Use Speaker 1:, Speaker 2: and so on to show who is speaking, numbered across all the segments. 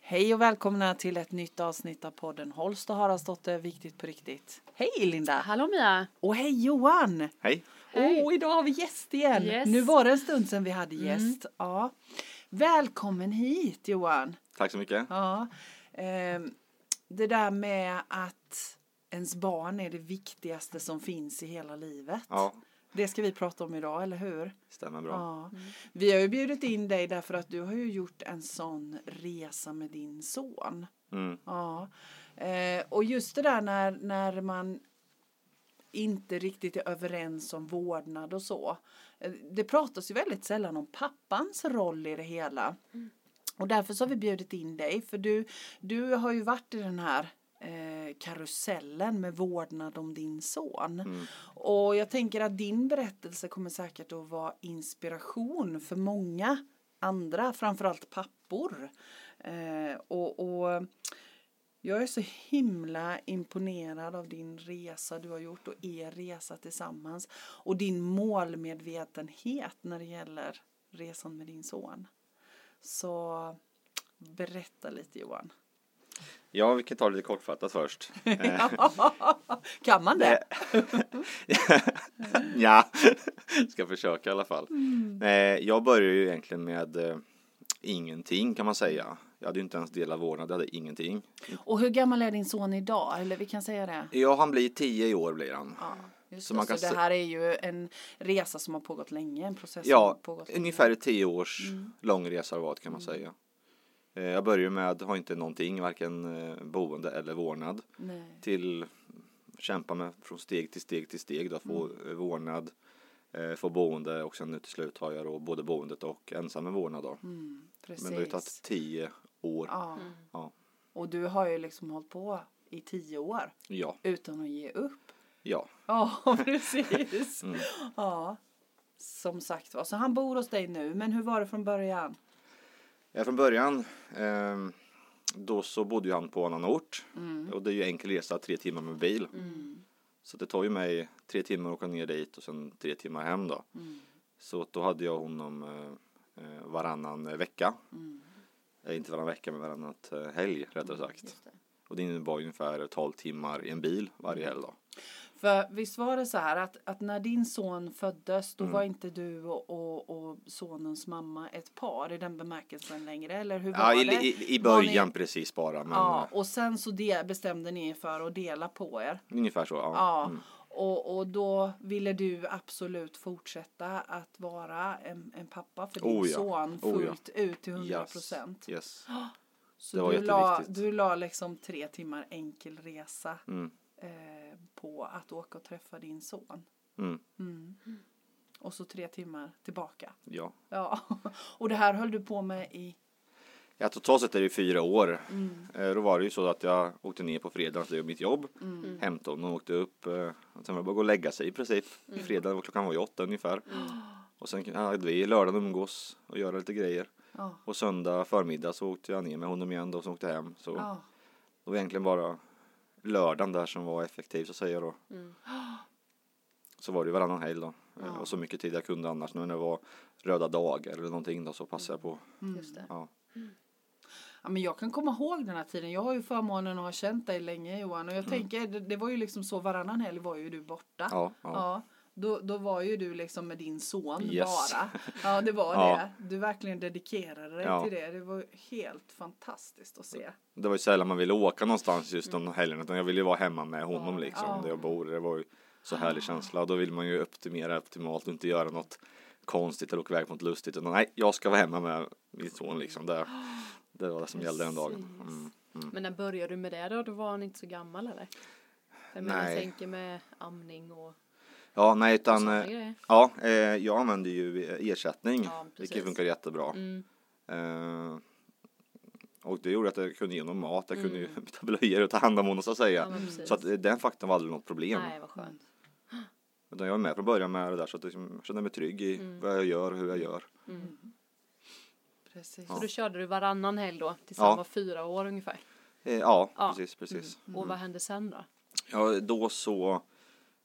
Speaker 1: Hej och välkomna till ett nytt avsnitt av podden Holst och Haraldsdotter, viktigt på riktigt. Hej Linda!
Speaker 2: Hallå Mia!
Speaker 1: Och hej Johan!
Speaker 3: Hej.
Speaker 2: Hej.
Speaker 1: Åh, idag har vi gäst igen.
Speaker 2: Yes. Mm.
Speaker 1: Nu var det en stund sedan vi hade gäst. Ja. Välkommen hit Johan!
Speaker 3: Tack så mycket.
Speaker 1: Ja. Ehm, det där med att ens barn är det viktigaste som finns i hela livet.
Speaker 3: Ja,
Speaker 1: Det ska vi prata om idag, eller hur?
Speaker 3: stämmer bra.
Speaker 1: Ja.
Speaker 2: Mm.
Speaker 1: Vi har ju bjudit in dig därför att du har ju gjort en sån resa med din son.
Speaker 3: Mm.
Speaker 1: Ja. Eh, och just det där när, när man inte riktigt är överens om vårdnad och så. Eh, Det pratas ju väldigt sällan om pappans roll i det hela. Och därför så har vi bjudit in dig för du, du har ju varit i den här eh, karusellen med vårdnad om din son.
Speaker 3: Mm.
Speaker 1: Och jag tänker att din berättelse kommer säkert att vara inspiration för många andra, framförallt pappor. Eh, och, och jag är så himla imponerad av din resa du har gjort och er resa tillsammans och din målmedvetenhet när det gäller resan med din son. Så berätta lite Johan.
Speaker 3: Ja, vi kan ta det lite kortfattat först. Eh,
Speaker 1: kan man det?
Speaker 3: ja, ska försöka i alla fall.
Speaker 1: Mm.
Speaker 3: Eh, Jag började ju egentligen med eh, ingenting kan man säga. Jag hade ju inte ens delat vårdnad, jag hade ingenting.
Speaker 1: Eh, Och hur gammal är din son idag? Eller vi kan säga det.
Speaker 3: Ja, han blir tio i år blir han.
Speaker 1: Ja, just
Speaker 3: Så
Speaker 1: det.
Speaker 3: man kan
Speaker 1: så det
Speaker 3: se-
Speaker 1: här är ju en resa som har pågått länge, en process som Mm. har
Speaker 3: Ja,
Speaker 1: pågått länge.
Speaker 3: ungefär tio års lång resa har det varit kan man säga. Eh, Jag började med, har inte någonting, varken eh, boende eller vårdnad.
Speaker 1: Nej.
Speaker 3: till kämpa med från steg till steg till steg då, få mm. vårdnad, eh, få boende och sen nu till slut har jag då både boendet och ensam med vårdnad då.
Speaker 1: Mm, precis.
Speaker 3: Men det har ju tagit tio år. Ja.
Speaker 1: ja. Och du har ju liksom hållit på i tio år
Speaker 3: Ja,
Speaker 1: utan att ge upp.
Speaker 3: ja,
Speaker 1: Ja, precis.
Speaker 3: Mm.
Speaker 1: Ja, som sagt var. Så han bor hos dig nu, men hur var det från början?
Speaker 3: ja. Från början ehm, då så bodde ju han på en annan ort
Speaker 1: Mm.
Speaker 3: och det är ju enkel resa, tre timmar med bil. Så det tar ju mig tre timmar att åka ner dit och sen tre timmar hem då.
Speaker 1: Mm.
Speaker 3: Så då hade jag honom eh, eh, varannan vecka.
Speaker 1: Mm.
Speaker 3: Eh, inte varannan vecka men varannan eh, helg rättare sagt. Och det innebar ju ungefär 12 timmar i en bil varje helg då.
Speaker 1: För visst var det så här att, att när din son föddes,
Speaker 3: Mm.
Speaker 1: då var inte du och, och, och sonens mamma ett par i den bemärkelsen längre, eller hur var
Speaker 3: Ja, i,
Speaker 1: det?
Speaker 3: i, i
Speaker 1: Var ni-
Speaker 3: början precis bara men
Speaker 1: Ja, och sen så det bestämde ni er för att dela på er.
Speaker 3: eh, ungefär så. Ja.
Speaker 1: Ja,
Speaker 3: Mm.
Speaker 1: och, och då ville du absolut fortsätta att vara en, en pappa för din
Speaker 3: Oh ja,
Speaker 1: son
Speaker 3: oh ja.
Speaker 1: fullt ut till 100 procent.
Speaker 3: Yes. yes.
Speaker 1: Så
Speaker 3: det var
Speaker 1: du, la,
Speaker 3: jätteviktigt.
Speaker 1: du la liksom tre timmar enkel resa
Speaker 3: Mm.
Speaker 1: eh, på att åka och träffa din son.
Speaker 3: Mm.
Speaker 1: Och så tre timmar tillbaka.
Speaker 3: Ja.
Speaker 1: Ja, och det här höll du på med i...
Speaker 3: Ja, totalt sett är det fyra år. Eh, Då var det ju så att jag åkte ner på fredagen till mitt jobb, hämtade honom och åkte upp. eh, och Sen var det bara att gå och lägga sig i princip. Fredagen var klockan var ju åtta ungefär. Och sen kunde- hade vi lördagen umgås och göra lite grejer.
Speaker 1: Ja,
Speaker 3: Och söndag förmiddag så åkte jag ner med honom igen då, och sen åkte jag hem. Så
Speaker 1: ja.
Speaker 3: det var egentligen bara lördagen där som var effektiv så att säga då.
Speaker 2: Mm.
Speaker 3: Så var det ju varannan helg då. Eh, Och så mycket tid jag kunde annars nu när det var röda dagar eller någonting då så passade jag på.
Speaker 1: Mm.
Speaker 2: Just det.
Speaker 3: Ja.
Speaker 1: Ja, men jag kan komma ihåg den här tiden. Jag har ju förmånen att ha känt dig länge Johan. Och jag tänker, det, det var ju liksom så varannan helg var ju du borta.
Speaker 3: Ja, ja.
Speaker 1: då, då var ju du liksom med din son
Speaker 3: Yes.
Speaker 1: bara. Ja, det var
Speaker 3: Ja.
Speaker 1: det. Du verkligen dedikerade dig
Speaker 3: Ja.
Speaker 1: till det. Det var helt fantastiskt att se.
Speaker 3: Det var ju sällan man ville åka någonstans just de
Speaker 2: Mm.
Speaker 3: helgerna utan jag ville ju vara hemma med honom liksom
Speaker 1: Ja.
Speaker 3: där jag bor. Det var ju så härlig
Speaker 2: Ah.
Speaker 3: känsla och då vill man ju optimera optimalt och inte göra något konstigt eller åka iväg på något lustigt utan nej, jag ska vara hemma med min son liksom. Det, det var det som gällde den dagen.
Speaker 2: Precis.
Speaker 3: Mm.
Speaker 2: Men när började du med det då? Då var han inte så gammal eller? Jag menar,
Speaker 3: Nej.
Speaker 2: jag tänker med amning och
Speaker 3: Ja, nej utan
Speaker 2: sådana
Speaker 3: eh,
Speaker 2: grejer.
Speaker 3: ja, eh, jag använder ju eh, ersättning
Speaker 2: Ja, precis.
Speaker 3: vilket funkar jättebra.
Speaker 2: Mm.
Speaker 3: Eh, och det gjorde att jag kunde ge honom mat, jag kunde ju byta blöjor och ta hand om honom så att säga.
Speaker 2: Mm. Ja, men precis.
Speaker 3: så att eh, den faktorn var aldrig något problem.
Speaker 2: Nej, vad skönt.
Speaker 3: Utan jag är med från början med det där så att jag liksom känner mig trygg i vad jag gör och hur jag gör.
Speaker 2: Mm.
Speaker 1: Precis.
Speaker 2: Så då körde du varannan helg då tills han
Speaker 3: Ja.
Speaker 2: var fyra år ungefär.
Speaker 3: Eh, ja,
Speaker 2: Ja.
Speaker 3: precis, precis.
Speaker 2: Och vad hände sen då?
Speaker 3: Ja, då så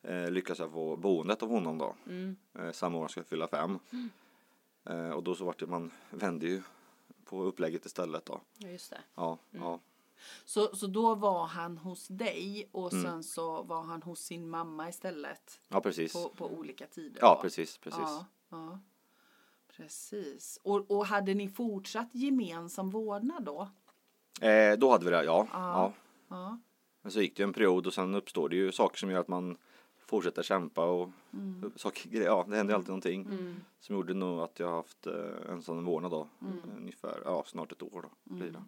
Speaker 3: eh, lyckades jag få boendet av honom
Speaker 2: Mm.
Speaker 3: då. Eh, samma år som jag skulle fylla fem. Eh, och då så vart det, man vände ju på upplägget istället då.
Speaker 2: Ja, just det.
Speaker 3: Ja, ja.
Speaker 1: Så, så då var han hos dig och
Speaker 3: Mm.
Speaker 1: sen så var han hos sin mamma istället
Speaker 3: ja precis.
Speaker 1: på, på olika tider.
Speaker 3: Ja,
Speaker 1: då.
Speaker 3: precis, precis.
Speaker 1: Ja, ja. Precis. Och, och hade ni fortsatt gemensam vårdnad då?
Speaker 3: Eh, då hade vi det, ja. ja.
Speaker 1: Ja.
Speaker 3: Men så gick det ju en period och sen uppstår det ju saker som gör att man fortsätter kämpa och saker, ja, det händer ju alltid någonting. Som gjorde nog att jag har haft eh, en sån vårdnad då. Ungefär, ja snart ett år då blir det.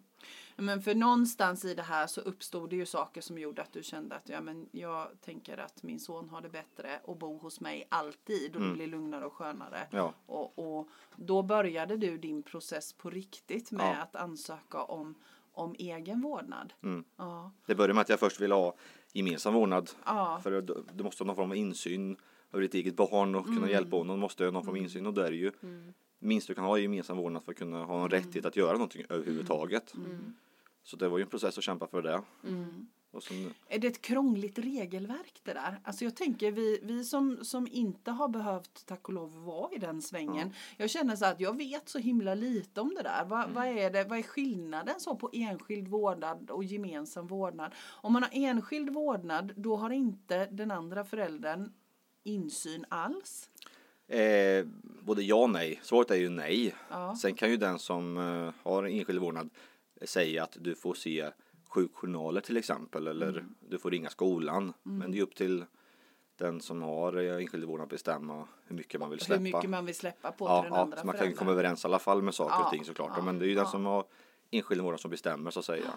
Speaker 1: Men för någonstans i det här så uppstod det ju saker som gjorde att du kände att ja, men jag tänker att min son har det bättre och bor hos mig alltid och
Speaker 3: Mm.
Speaker 1: det blir lugnare och skönare.
Speaker 3: Ja.
Speaker 1: Och, och då började du din process på riktigt med
Speaker 3: Ja.
Speaker 1: att ansöka om, om egen vårdnad.
Speaker 3: Mm.
Speaker 1: Ja.
Speaker 3: Det började med att jag först ville ha gemensam vårdnad.
Speaker 1: Ja.
Speaker 3: För du, du måste ha någon form av insyn över ditt eget barn och kunna hjälpa honom. måste ha någon form av insyn och där är ju minst du kan ha i gemensam vårdnad för att kunna ha en rättighet att göra någonting överhuvudtaget. Så det var ju en process att kämpa för det. Och sen,
Speaker 1: Är det ett krångligt regelverk det där? Alltså jag tänker vi, vi som, som inte har behövt tack och lov vara i den svängen. Jag känner så här att jag vet så himla lite om det där.
Speaker 3: Mm.
Speaker 1: Vad, vad, är, det, vad är skillnaden så på enskild vårdnad och gemensam vårdnad? Om man har enskild vårdnad då har inte den andra föräldern insyn alls.
Speaker 3: Eh, både ja och nej. Svaret är ju nej.
Speaker 1: Ja.
Speaker 3: Sen kan ju den som eh, har en enskild vårdnad säga att du får se sjukjournaler till exempel eller
Speaker 1: Mm.
Speaker 3: du får ringa skolan. Men det är upp till den som har eh, enskild vårdnad att bestämma hur mycket man vill släppa.
Speaker 1: Hur mycket man vill släppa på
Speaker 3: ja,
Speaker 1: till den
Speaker 3: ja,
Speaker 1: andra
Speaker 3: så man kan ju
Speaker 1: föräldern.
Speaker 3: komma överens i alla fall med saker
Speaker 1: Ja,
Speaker 3: och ting såklart.
Speaker 1: ja,
Speaker 3: Men det är ju den
Speaker 1: ja.
Speaker 3: som har enskild vårdnad som bestämmer så att säga.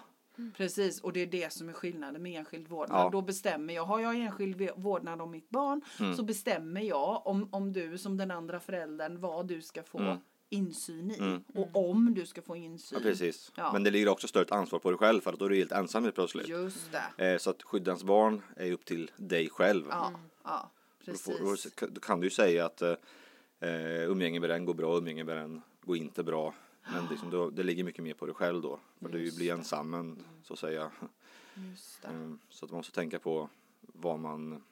Speaker 1: Precis, och det är det som är skillnaden med enskild vårdnad.
Speaker 3: Ja.
Speaker 1: Då bestämmer jag, har jag enskild v- vårdnad om mitt barn
Speaker 3: Mm.
Speaker 1: så bestämmer jag om, om du som den andra föräldern vad du ska få insyn i och om du ska få insyn.
Speaker 3: Mm. Ja, precis.
Speaker 1: Mm. Ja.
Speaker 3: Men det ligger också större ansvar på dig själv för att då är du helt ensam helt plötsligt.
Speaker 1: Just det.
Speaker 3: Eh, så att skyddans barn är ju upp till dig själv.
Speaker 1: Ja,
Speaker 2: Mm.
Speaker 1: ja
Speaker 3: Då, får,
Speaker 1: precis.
Speaker 3: då kan du ju säga att eh, eh, umgänge med den går bra, umgänge med den går inte bra. Men liksom, då, det ligger mycket mer på dig själv då. För du blir ensam men, så att säga.
Speaker 1: Just det.
Speaker 3: Mm, Så att man måste tänka på vad man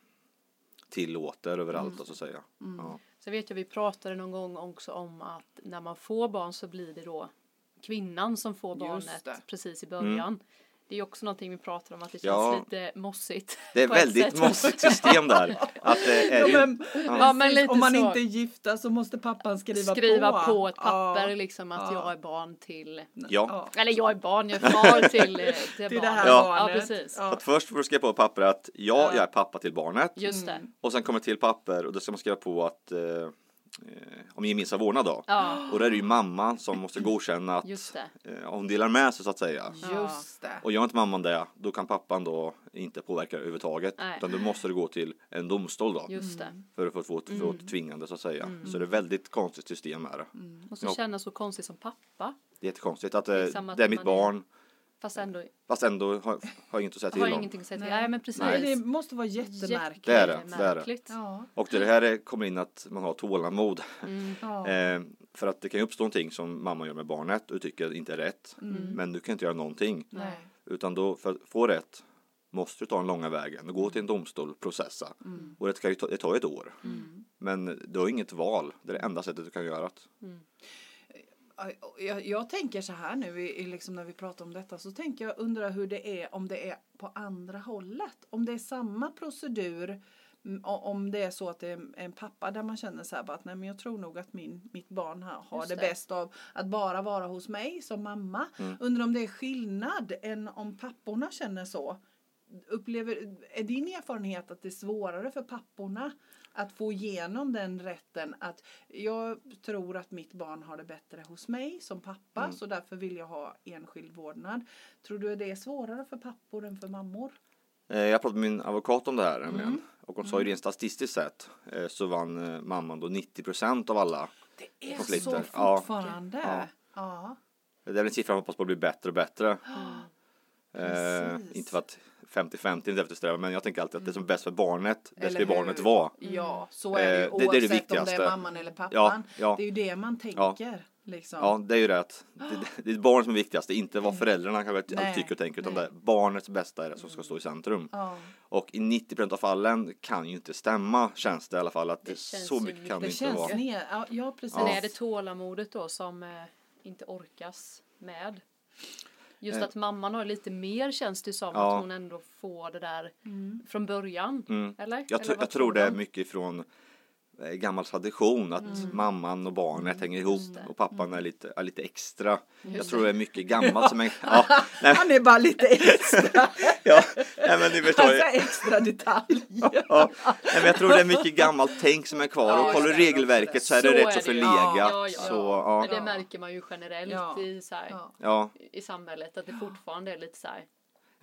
Speaker 3: tillåter överallt
Speaker 2: Mm.
Speaker 3: då, så att säga. Ja.
Speaker 2: Så vet jag vi pratade någon gång också om att när man får barn så blir det då kvinnan som får barnet
Speaker 1: det.
Speaker 2: precis i början. Det är ju också någonting vi pratar om att det känns
Speaker 3: Mm. Ja.
Speaker 2: lite mossigt.
Speaker 3: Det är
Speaker 2: på ett
Speaker 3: väldigt
Speaker 2: sätt.
Speaker 3: mossigt system där. Att det är
Speaker 1: Ja,
Speaker 3: ju,
Speaker 1: men,
Speaker 2: Ja, men
Speaker 1: precis,
Speaker 2: lite
Speaker 1: om man
Speaker 2: så.
Speaker 1: inte är gifta så måste pappan skriva,
Speaker 2: Skriva på,
Speaker 1: på.
Speaker 2: ett papper
Speaker 1: Ja,
Speaker 2: liksom
Speaker 1: Ja.
Speaker 2: att jag är barn till
Speaker 3: ja.
Speaker 2: Eller jag är barn, jag är far till, eh, till,
Speaker 1: Till det
Speaker 2: barnet.
Speaker 1: här
Speaker 3: Ja.
Speaker 2: ja,
Speaker 1: barnet.
Speaker 2: precis.
Speaker 1: Ja.
Speaker 3: Att först får du skriva på ett papper att ja, jag är pappa till barnet.
Speaker 2: Just
Speaker 1: Mm.
Speaker 2: det.
Speaker 3: Och sen kommer ett till papper och då ska man skriva på att eh, eh, om gemensam vårdnad då.
Speaker 2: Ja,
Speaker 3: Och då är det ju mamman som måste godkänna att
Speaker 2: just det.
Speaker 3: eh, hon delar med sig så att säga.
Speaker 1: Just det.
Speaker 3: Och gör inte mamman det, då kan pappan då inte påverka överhuvudtaget.
Speaker 2: Nej.
Speaker 3: Utan då måste det gå till en domstol då.
Speaker 2: Just det.
Speaker 3: För att få, få, få ett tvingande så att säga. Så det är ett väldigt konstigt system här.
Speaker 2: Och så
Speaker 3: Ja.
Speaker 2: känna så konstigt som pappa.
Speaker 3: Det är jättekonstigt att eh,
Speaker 2: Liksom att
Speaker 3: det är
Speaker 2: man
Speaker 3: mitt
Speaker 2: är-
Speaker 3: barn.
Speaker 2: Fast ändå har
Speaker 3: Fast ändå har, har inget att säga till
Speaker 2: jag
Speaker 3: om.
Speaker 2: ingenting att säga till. Nej, men precis.
Speaker 1: Nej, det måste vara jättemärkligt.
Speaker 3: Det är det, det är det.
Speaker 2: Jättemärkligt.
Speaker 1: Ja.
Speaker 3: Och det här är- kommer in att man har tålamod.
Speaker 2: Mm,
Speaker 1: Ja.
Speaker 3: Eh, för att det kan ju uppstå någonting som mamma gör med barnet och tycker inte är rätt.
Speaker 1: mm,
Speaker 3: Men du kan inte göra någonting.
Speaker 1: Nej.
Speaker 3: Utan då för att få rätt måste du ta den långa vägen och gå till en domstol processa.
Speaker 1: Mm.
Speaker 3: Och det, kan ju ta, det tar ju ett år. Men du har inget val. Det är det enda sättet du kan göra det.
Speaker 1: Jag, jag tänker så här nu i, i liksom när vi pratar om detta så tänker jag undra hur det är om det är på andra hållet. Om det är samma procedur mm, o- om det är så att det är en pappa där man känner så här bara att nej men jag tror nog att min, mitt barn här har
Speaker 2: Just
Speaker 1: det Mm.
Speaker 2: det.
Speaker 1: bäst av att bara vara hos mig som mamma. Undrar om det är skillnad än om papporna känner så. Upplever, är din erfarenhet att det är svårare för papporna att få igenom den rätten att jag tror att mitt barn har det bättre hos mig som pappa så därför vill jag ha enskild vårdnad. Tror du att det är svårare för pappor än för mammor?
Speaker 3: Eh, Jag pratade med min advokat om det här
Speaker 1: Mm.
Speaker 3: nämligen. Och hon sa ju rent statistiskt sett eh, så vann eh, mamman då 90 av alla.
Speaker 1: Det är
Speaker 3: Konflikter,
Speaker 1: så
Speaker 3: ja.
Speaker 1: fortfarande. Ja.
Speaker 3: Ja. Det är väl en siffra man hoppas på blir bättre och bättre.
Speaker 2: Mm.
Speaker 3: Eh,
Speaker 1: Precis.
Speaker 3: inte för att 50-50 inte eftersträvar men jag tänker alltid att det som är bäst för barnet, det ska ju
Speaker 1: Eller hur? Mm.
Speaker 3: barnet vara.
Speaker 1: Ja, så är det ju
Speaker 3: Eh, det- det är det
Speaker 1: oavsett om det
Speaker 3: viktigaste.
Speaker 1: är mamman eller pappan.
Speaker 3: Ja, ja.
Speaker 1: Det är ju det man tänker. Liksom.
Speaker 3: Ja, det är ju det att det, det är barnet som är viktigast, det är inte
Speaker 2: Mm.
Speaker 3: vad föräldrarna kanske alltid
Speaker 1: Nej,
Speaker 3: tycker och tänker utan
Speaker 1: nej.
Speaker 3: det är barnets bästa är det som ska stå i centrum.
Speaker 1: Ja.
Speaker 3: Och i 90% av fallen kan ju inte stämma känns det i alla fall att det
Speaker 2: känns
Speaker 3: så
Speaker 2: ju
Speaker 3: mycket kan
Speaker 1: Det
Speaker 3: det inte
Speaker 1: känns
Speaker 3: vara.
Speaker 1: ner. Ja, ja precis.
Speaker 2: Sen är det tålamodet då som eh, inte orkas med. Just
Speaker 3: Eh.
Speaker 2: att mamman har lite mer känns det som
Speaker 3: Ja.
Speaker 2: att hon ändå får det där från början.
Speaker 3: Mm.
Speaker 2: Eller?
Speaker 3: Jag,
Speaker 2: Eller
Speaker 3: tr-
Speaker 2: vad
Speaker 3: jag tror det är
Speaker 2: du?
Speaker 3: mycket från eh, gammal tradition att mamman och barnet hänger ihop
Speaker 2: Mm. det. Mm.
Speaker 3: och pappan är lite, är lite extra. jag
Speaker 2: Just
Speaker 3: tror det är mycket gammalt som är... Ja, nej,
Speaker 1: Han är bara lite extra,
Speaker 3: ja, nej, men ni förstår ju.
Speaker 1: alltså extra detalj.
Speaker 3: Ja, nej, men jag tror det är mycket gammalt tänk som är kvar
Speaker 1: Ja,
Speaker 3: och kollar
Speaker 1: just det,
Speaker 3: regelverket så är
Speaker 2: Så
Speaker 3: det rätt
Speaker 2: är
Speaker 3: så
Speaker 2: det ju.
Speaker 3: förlegat.
Speaker 2: Ja, ja, ja.
Speaker 3: Så, ja,
Speaker 2: Men det
Speaker 1: Ja.
Speaker 2: märker man ju generellt
Speaker 1: Ja.
Speaker 2: i, så här,
Speaker 1: Ja.
Speaker 3: ja.
Speaker 2: i samhället att det fortfarande är lite så här.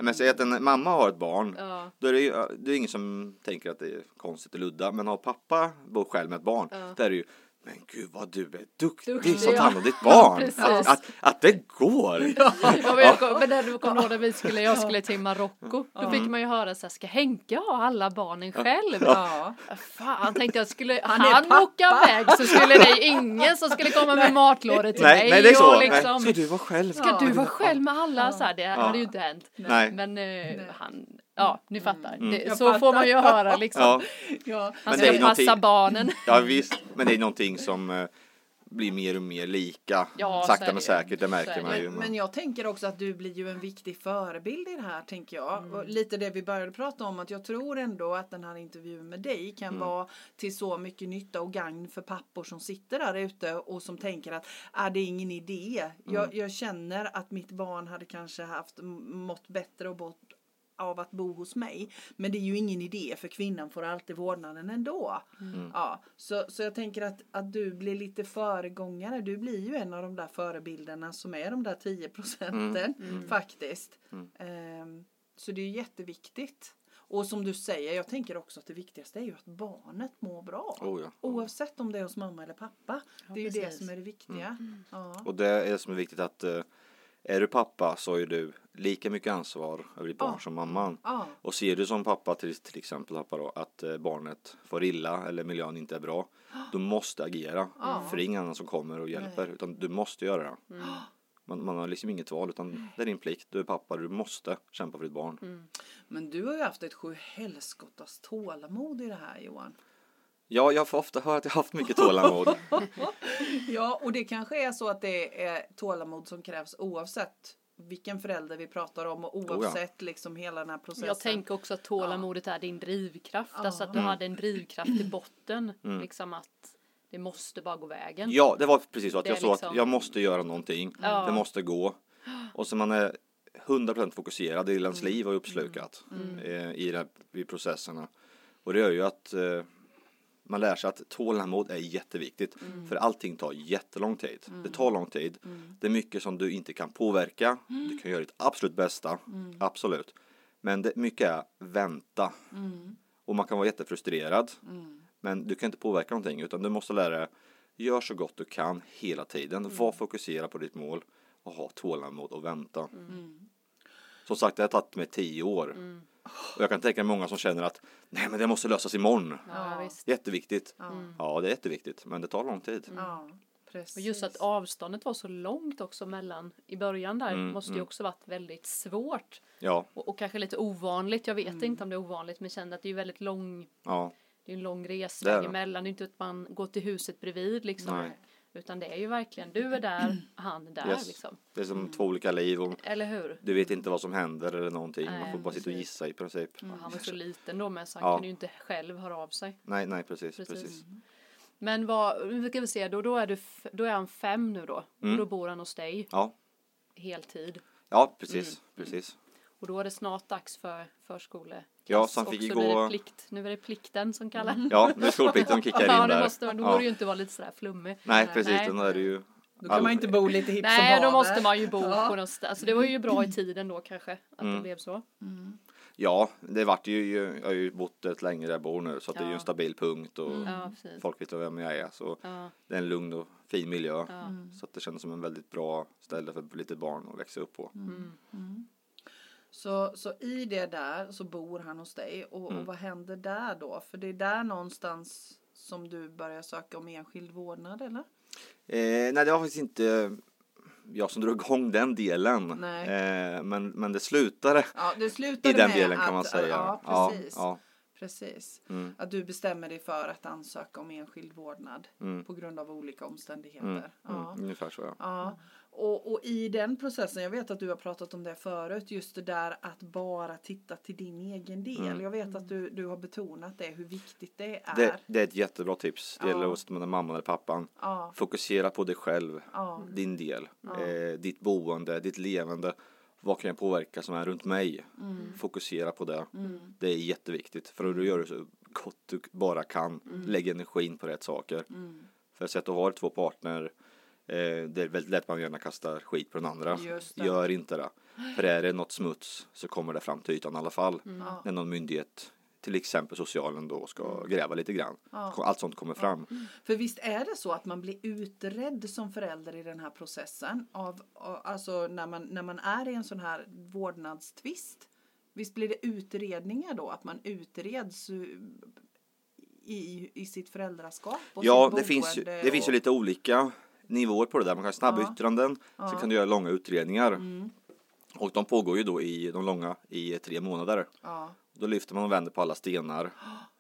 Speaker 3: Men säg att en mamma har ett barn.
Speaker 2: Ja,
Speaker 3: Då är det ju det är ingen som tänker att det är konstigt att ludda. Men har pappa bor själv med ett barn.
Speaker 2: Ja.
Speaker 3: Där är det ju, men gud vad du är duktig,
Speaker 2: Duktig,
Speaker 3: som tar
Speaker 2: ja.
Speaker 3: hand om ditt barn.
Speaker 2: Precis.
Speaker 3: att, att, att det går.
Speaker 2: Ja, men jag kom, men när du kom då när vi skulle, jag skulle till Marocko, då fick man ju höra så här, ska Henke ha alla barnen själv?
Speaker 1: Ja.
Speaker 2: Fan, tänkte jag skulle
Speaker 1: Han
Speaker 2: han,
Speaker 1: är pappa.
Speaker 2: åka iväg så skulle det ju ingen som skulle komma med matlådor till
Speaker 3: Nej,
Speaker 2: mig.
Speaker 3: nej det är så.
Speaker 2: och liksom,
Speaker 3: nej. Ska du vara själv?
Speaker 2: ska du vara själv med alla? Så här, det hade ju inte hänt.
Speaker 3: Nej. Mm.
Speaker 2: Men eh, han, ja, ni fattar. Det,
Speaker 1: Jag
Speaker 2: så får man ju höra liksom.
Speaker 3: Ja,
Speaker 1: Ja.
Speaker 2: Han
Speaker 3: men
Speaker 2: ska
Speaker 3: det är
Speaker 2: passa
Speaker 3: någonting-
Speaker 2: barnen.
Speaker 3: ja visst. Men det är någonting som eh, blir mer och mer lika.
Speaker 2: Ja, så är
Speaker 3: Sakta
Speaker 2: det
Speaker 3: men
Speaker 2: ju.
Speaker 3: säkert, det
Speaker 2: Så
Speaker 3: märker
Speaker 2: är
Speaker 3: man ju.
Speaker 1: Men, men jag tänker också att du blir ju en viktig förebild i det här tänker jag.
Speaker 3: Mm.
Speaker 1: Och lite det vi började prata om att jag tror ändå att den här intervjun med dig kan
Speaker 3: Mm.
Speaker 1: vara till så mycket nytta och gagn för pappor som sitter där ute och som tänker att ah, det är ingen idé.
Speaker 3: Mm.
Speaker 1: Jag, jag känner att mitt barn hade kanske haft m- mått bättre och bott av att bo hos mig. Men det är ju ingen idé för kvinnan får alltid vårdnaden ändå.
Speaker 3: Mm.
Speaker 1: Ja, så, så jag tänker att, att du blir lite föregångare. Du blir ju en av de där förebilderna som är de där 10 procenten
Speaker 3: Mm.
Speaker 1: faktiskt. Ehm, så det är ju jätteviktigt. Och som du säger, jag tänker också att det viktigaste är ju att barnet mår bra.
Speaker 3: Oh, ja.
Speaker 1: Oavsett om det är hos mamma eller pappa. det är ju det
Speaker 2: precis.
Speaker 1: som är det viktiga. Ja.
Speaker 3: Mm. Och det är det som är viktigt att eh, är du pappa så har ju du lika mycket ansvar över ditt barn
Speaker 1: Ja.
Speaker 3: som mamman.
Speaker 1: Ja.
Speaker 3: Och ser du som pappa till, till exempel pappa då, att eh, barnet får illa eller miljön inte är bra, du måste agera.
Speaker 1: Ja.
Speaker 3: För det är ingen annan som kommer och hjälper, utan du måste göra det.
Speaker 2: Mm.
Speaker 3: Man, man har liksom inget val, utan det är din plikt. Du är pappa, du måste kämpa för ditt barn.
Speaker 1: Men du har ju haft ett sju helskottas tålamod i det här Johan.
Speaker 3: Ja, jag får ofta höra att jag har haft mycket tålamod.
Speaker 1: Ja, och det kanske är så att det är tålamod som krävs oavsett vilken förälder vi pratar om och
Speaker 3: ja.
Speaker 1: oavsett liksom hela den här processen.
Speaker 2: Jag tänker också att tålamodet är din drivkraft.
Speaker 1: Ja.
Speaker 2: Alltså att du
Speaker 3: Mm.
Speaker 2: hade en drivkraft i botten. Liksom att det måste bara gå vägen.
Speaker 3: Ja, det var precis så att
Speaker 2: Det
Speaker 3: jag
Speaker 2: är
Speaker 3: såg att
Speaker 2: liksom-
Speaker 3: jag måste göra någonting.
Speaker 2: Ja.
Speaker 3: Det måste gå. Och så man är 100% fokuserad, i ens liv och uppslukat
Speaker 2: Mm.
Speaker 3: eh, i, det här, i processerna. Och det gör ju att eh, man lär sig att tålamod är jätteviktigt.
Speaker 2: Mm.
Speaker 3: För allting tar jättelång tid. Det tar lång tid. Det är mycket som du inte kan påverka. Du kan göra ditt absolut bästa. Absolut. Men det, mycket är vänta. Och man kan vara jättefrustrerad. Men du kan inte påverka någonting utan du måste lära dig Gör så gott du kan hela tiden. Var fokuserad på ditt mål och ha tålamod och vänta. Som sagt, det har tagit mig tio år. Och jag kan tänka mig många som känner att nej men det måste lösas imorgon.
Speaker 2: Ja, visst.
Speaker 3: Jätteviktigt. Ja, det är jätteviktigt. Men det tar lång tid.
Speaker 1: Ja, precis.
Speaker 2: Mm. Och just att avståndet var så långt också mellan i början där
Speaker 3: Mm,
Speaker 2: måste ju också varit väldigt svårt.
Speaker 3: Ja,
Speaker 2: Och, och kanske lite ovanligt. Jag vet inte om det är ovanligt men kände att det är ju väldigt lång.
Speaker 3: ja,
Speaker 2: Det är en lång
Speaker 3: Det är
Speaker 2: resa
Speaker 3: det.
Speaker 2: emellan. Det är inte att man går till huset bredvid liksom.
Speaker 3: Nej.
Speaker 2: Utan det är ju verkligen du är där, han där
Speaker 3: Yes.
Speaker 2: liksom.
Speaker 3: det är som två olika liv och
Speaker 2: Eller hur?
Speaker 3: du vet inte vad som händer eller någonting. Man
Speaker 2: Nej,
Speaker 3: får bara sitta och
Speaker 2: precis. Mm.
Speaker 3: gissa i princip.
Speaker 2: Och han var så liten då med så han
Speaker 3: Ja.
Speaker 2: kunde ju inte själv höra av sig.
Speaker 3: Nej, nej, precis, precis.
Speaker 2: Precis. Men vad, nu ska vi se, då, då, är, du, f- då är han fem nu då.
Speaker 3: Mm.
Speaker 2: Och då bor han hos dig
Speaker 3: Ja,
Speaker 2: heltid.
Speaker 3: ja, precis,
Speaker 2: Mm.
Speaker 3: precis.
Speaker 2: Och då är det snart dags för förskoleklass.
Speaker 3: Ja, så han fick
Speaker 2: och
Speaker 3: ju
Speaker 2: så blir
Speaker 3: gå-
Speaker 2: det plikt. Nu är det plikten som kallar.
Speaker 3: Ja, nu är skolplikten kickar in
Speaker 2: Ja,
Speaker 3: där.
Speaker 2: det måste man, då
Speaker 3: Ja.
Speaker 2: får du ju inte vara lite sådär flummig.
Speaker 3: Nej, precis.
Speaker 2: Nej.
Speaker 3: Den där är ju...
Speaker 1: Då kan man ju inte bo lite hipp som
Speaker 2: Nej, då
Speaker 1: haver.
Speaker 2: måste man ju bo på någonstans. Alltså det var ju bra
Speaker 3: Mm.
Speaker 2: i tiden då kanske, att det blev så.
Speaker 3: Ja, det vart ju, jag har ju bott rätt länge där jag bor nu så att det är ju
Speaker 2: Ja. Mm.
Speaker 3: en stabil punkt och
Speaker 2: Ja, precis.
Speaker 3: folk vet vem jag är så
Speaker 2: Ja.
Speaker 3: det är en lugn och fin miljö så att det känns som en väldigt bra ställe för lite barn att växa upp på.
Speaker 2: Mm.
Speaker 1: Så, så i det där så bor han hos dig och, och vad händer där då? För det är där någonstans som du börjar söka om enskild vårdnad eller?
Speaker 3: Eh, nej, det var faktiskt inte jag som drog igång den delen
Speaker 1: Nej.
Speaker 3: eh, men, men det slutade
Speaker 1: Ja, det slutade
Speaker 3: i den
Speaker 1: med
Speaker 3: delen
Speaker 1: att,
Speaker 3: kan man säga.
Speaker 1: Ja, precis.
Speaker 3: Ja,
Speaker 1: Precis.
Speaker 3: Mm.
Speaker 1: Att du bestämmer dig för att ansöka om enskild vårdnad
Speaker 3: Mm.
Speaker 1: på grund av olika omständigheter.
Speaker 3: Mm.
Speaker 1: Ja.
Speaker 3: Mm. Ungefär så ja.
Speaker 1: Ja, och, och i den processen, jag vet att du har pratat om det förut, just det där att bara titta till din egen del.
Speaker 3: Mm.
Speaker 1: Jag vet att du, du har betonat det, hur viktigt det är.
Speaker 3: Det, det är ett jättebra tips. Det
Speaker 1: Ja.
Speaker 3: gäller oavsett om man är mamman eller pappan.
Speaker 1: Ja,
Speaker 3: Fokusera på dig själv,
Speaker 1: ja,
Speaker 3: din del,
Speaker 1: Ja.
Speaker 3: eh, ditt boende, ditt levande. Vad kan jag påverka som är runt mig?
Speaker 1: mm,
Speaker 3: Fokusera på det.
Speaker 1: mm,
Speaker 3: Det är jätteviktigt. För du gör det så gott du bara kan. Lägg energin på rätt saker.
Speaker 1: mm.
Speaker 3: För att säga att du har två partner, eh, det är väldigt lätt man gärna kastar skit på den andra.
Speaker 1: Just det.
Speaker 3: Gör inte det. För är det något smuts så kommer det fram till ytan i alla fall.
Speaker 1: Ja,
Speaker 3: När någon myndighet, till exempel socialen då, ska gräva lite grann.
Speaker 1: Mm. Ja.
Speaker 3: Allt sånt kommer fram.
Speaker 1: För visst är det så att man blir utredd som förälder i den här processen? Av, av- alltså när man, när man är i en sån här vårdnadstvist. Visst blir det utredningar då? Att man utreds eh, i, i sitt föräldraskap? Och
Speaker 3: Ja,
Speaker 1: sitt
Speaker 3: det finns, ju,
Speaker 1: boende
Speaker 3: det finns ju
Speaker 1: och-
Speaker 3: lite olika nivåer på det där. Man kan ha snabba
Speaker 1: Ja.
Speaker 3: yttranden,
Speaker 1: Ja. Mm.
Speaker 3: sen kan du göra långa utredningar. Och de pågår ju då i de långa i tre månader.
Speaker 1: Ja.
Speaker 3: Då lyfter man och vänder på alla stenar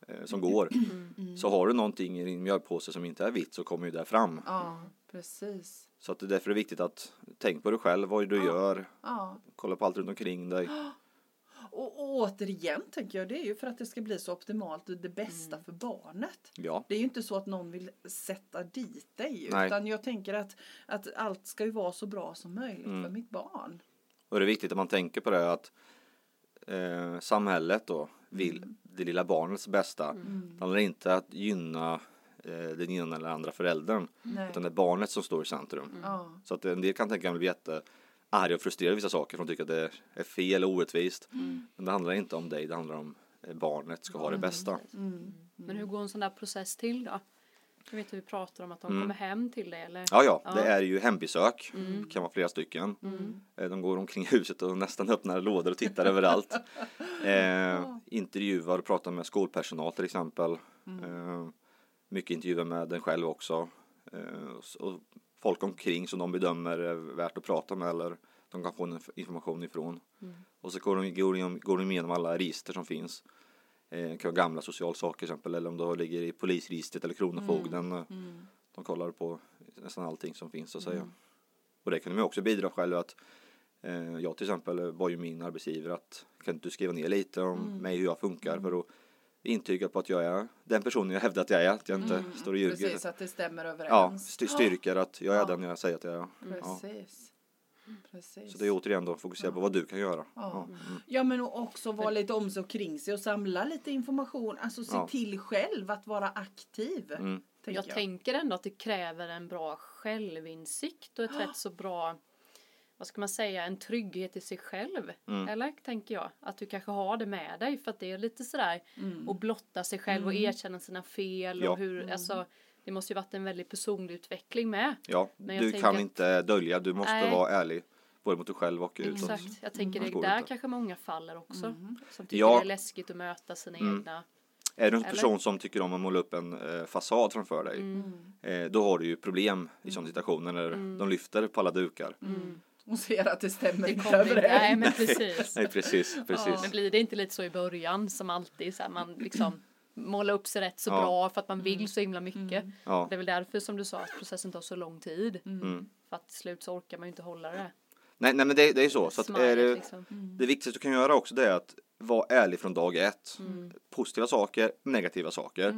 Speaker 3: eh, som går. Så har du någonting i din mjölkpåse som inte är vitt så kommer ju det fram.
Speaker 1: Ja, precis.
Speaker 3: Så att det är därför det är viktigt att tänk på dig själv, vad du gör,
Speaker 1: Ja.
Speaker 3: kolla på allt runt omkring dig.
Speaker 1: Och, och återigen tänker jag, det är ju för att det ska bli så optimalt och det bästa
Speaker 3: Mm.
Speaker 1: för barnet.
Speaker 3: Ja,
Speaker 1: Det är ju inte så att någon vill sätta dit dig.
Speaker 3: Nej.
Speaker 1: Utan jag tänker att, att allt ska ju vara så bra som möjligt för
Speaker 3: Mm.
Speaker 1: mitt barn.
Speaker 3: och det är viktigt att man tänker på det att eh, samhället då vill det lilla barnets bästa.
Speaker 1: Mm.
Speaker 2: Mm.
Speaker 3: Det handlar inte att gynna eh, den ena eller andra föräldern.
Speaker 1: Nej.
Speaker 3: Utan det är barnet som står i centrum.
Speaker 2: mm.
Speaker 1: Ja.
Speaker 3: Så att en del kan tänka att de blir jättearga och frustrerade över vissa saker för de tycker att det är fel och orättvist. Men det handlar inte om dig, det handlar om eh, barnet ska ha det bästa.
Speaker 1: Mm.
Speaker 2: Mm. Men hur går en sån där process till då? Jag vet hur vi pratar om att de kommer hem till dig eller?
Speaker 3: Mm.
Speaker 2: Mm.
Speaker 3: Ja, ja, Mm. det är ju hembesök. Det kan vara flera stycken.
Speaker 1: Mm.
Speaker 3: Eh, De går omkring i huset och nästan öppnar lådor och tittar överallt. Eh, intervjuar och pratar med skolpersonal till exempel.
Speaker 1: Mm.
Speaker 3: Eh, mycket intervjuer med den själv också. Eh, och s- och folk omkring som de bedömer är värt att prata med eller de kan få en inf- information ifrån. Och så går de, går, de, går de igenom alla register som finns. Eh, det kan vara gamla socialsaker till exempel eller om det ligger i polisregistret eller Kronofogden.
Speaker 1: Mm.
Speaker 3: eh, De kollar på nästan allting som finns så att säga.
Speaker 1: Mm.
Speaker 3: Och det kunde man också bidra själv att eh, jag till exempel var ju min arbetsgivare att kan inte du skriva ner lite om
Speaker 1: Mm.
Speaker 3: mig hur jag funkar för att intyga på att jag är den personen jag hävdar att jag är, att jag inte står och ljuger.
Speaker 1: Mm. Precis, att det stämmer
Speaker 3: Ja,
Speaker 1: överens.
Speaker 3: st- styrker att jag är den jag säger att jag är. Ja.
Speaker 1: Precis. Precis.
Speaker 3: Så det är återigen då fokusera på vad du kan göra.
Speaker 1: Ja.
Speaker 3: Ja.
Speaker 2: Mm.
Speaker 1: Ja men och också vara lite om sig och kring sig och samla lite information. Alltså se
Speaker 3: Ja.
Speaker 1: till själv att vara aktiv.
Speaker 3: Mm.
Speaker 1: tänker
Speaker 2: jag, tänker ändå att det kräver en bra självinsikt och ett rätt så bra, vad ska man säga, en trygghet i sig själv. Eller tänker jag, att du kanske har det med dig för att det är lite sådär
Speaker 1: Mm.
Speaker 2: att blotta sig själv och erkänna sina fel
Speaker 3: Ja.
Speaker 2: och hur, alltså det måste ju varit en väldigt personlig utveckling med.
Speaker 3: ja,
Speaker 2: Men jag
Speaker 3: du
Speaker 2: tänker
Speaker 3: kan
Speaker 2: att-
Speaker 3: inte dölja, du måste
Speaker 2: Nej.
Speaker 3: vara ärlig. Både mot dig själv och utåt.
Speaker 2: Exakt, jag tänker
Speaker 3: Mm.
Speaker 2: det
Speaker 3: Det går
Speaker 2: där
Speaker 3: inte.
Speaker 2: kanske många faller också.
Speaker 1: Mm.
Speaker 2: Som tycker
Speaker 3: Ja.
Speaker 2: det är läskigt att möta sina egna.
Speaker 3: Är du en
Speaker 2: Eller? Mm.
Speaker 3: person som tycker om att måla upp en eh, fasad framför dig eh, då har du ju problem i sådana situationer när
Speaker 2: Mm.
Speaker 3: de lyfter på alla dukar.
Speaker 1: Mm. Och ser att det stämmer
Speaker 2: Det
Speaker 1: inte
Speaker 2: kommer inte,
Speaker 1: överens.
Speaker 2: nej men precis.
Speaker 3: Nej, precis,
Speaker 2: Men
Speaker 3: precis.
Speaker 2: blir det inte lite så i början som alltid så här, man liksom målar upp sig rätt så
Speaker 3: Ja.
Speaker 2: bra för att man
Speaker 1: Mm.
Speaker 2: vill så himla mycket.
Speaker 3: Ja.
Speaker 2: Det är väl därför som du sa att processen tar så lång tid.
Speaker 3: Mm.
Speaker 2: För att till slut så orkar man ju inte hålla det.
Speaker 3: Nej, nej men det, det är så. så att är
Speaker 2: Smilet,
Speaker 3: det,
Speaker 2: liksom.
Speaker 1: Mm.
Speaker 3: det viktigaste du kan göra också det är att vara ärlig från dag ett.
Speaker 2: Mm.
Speaker 3: Positiva saker, negativa saker.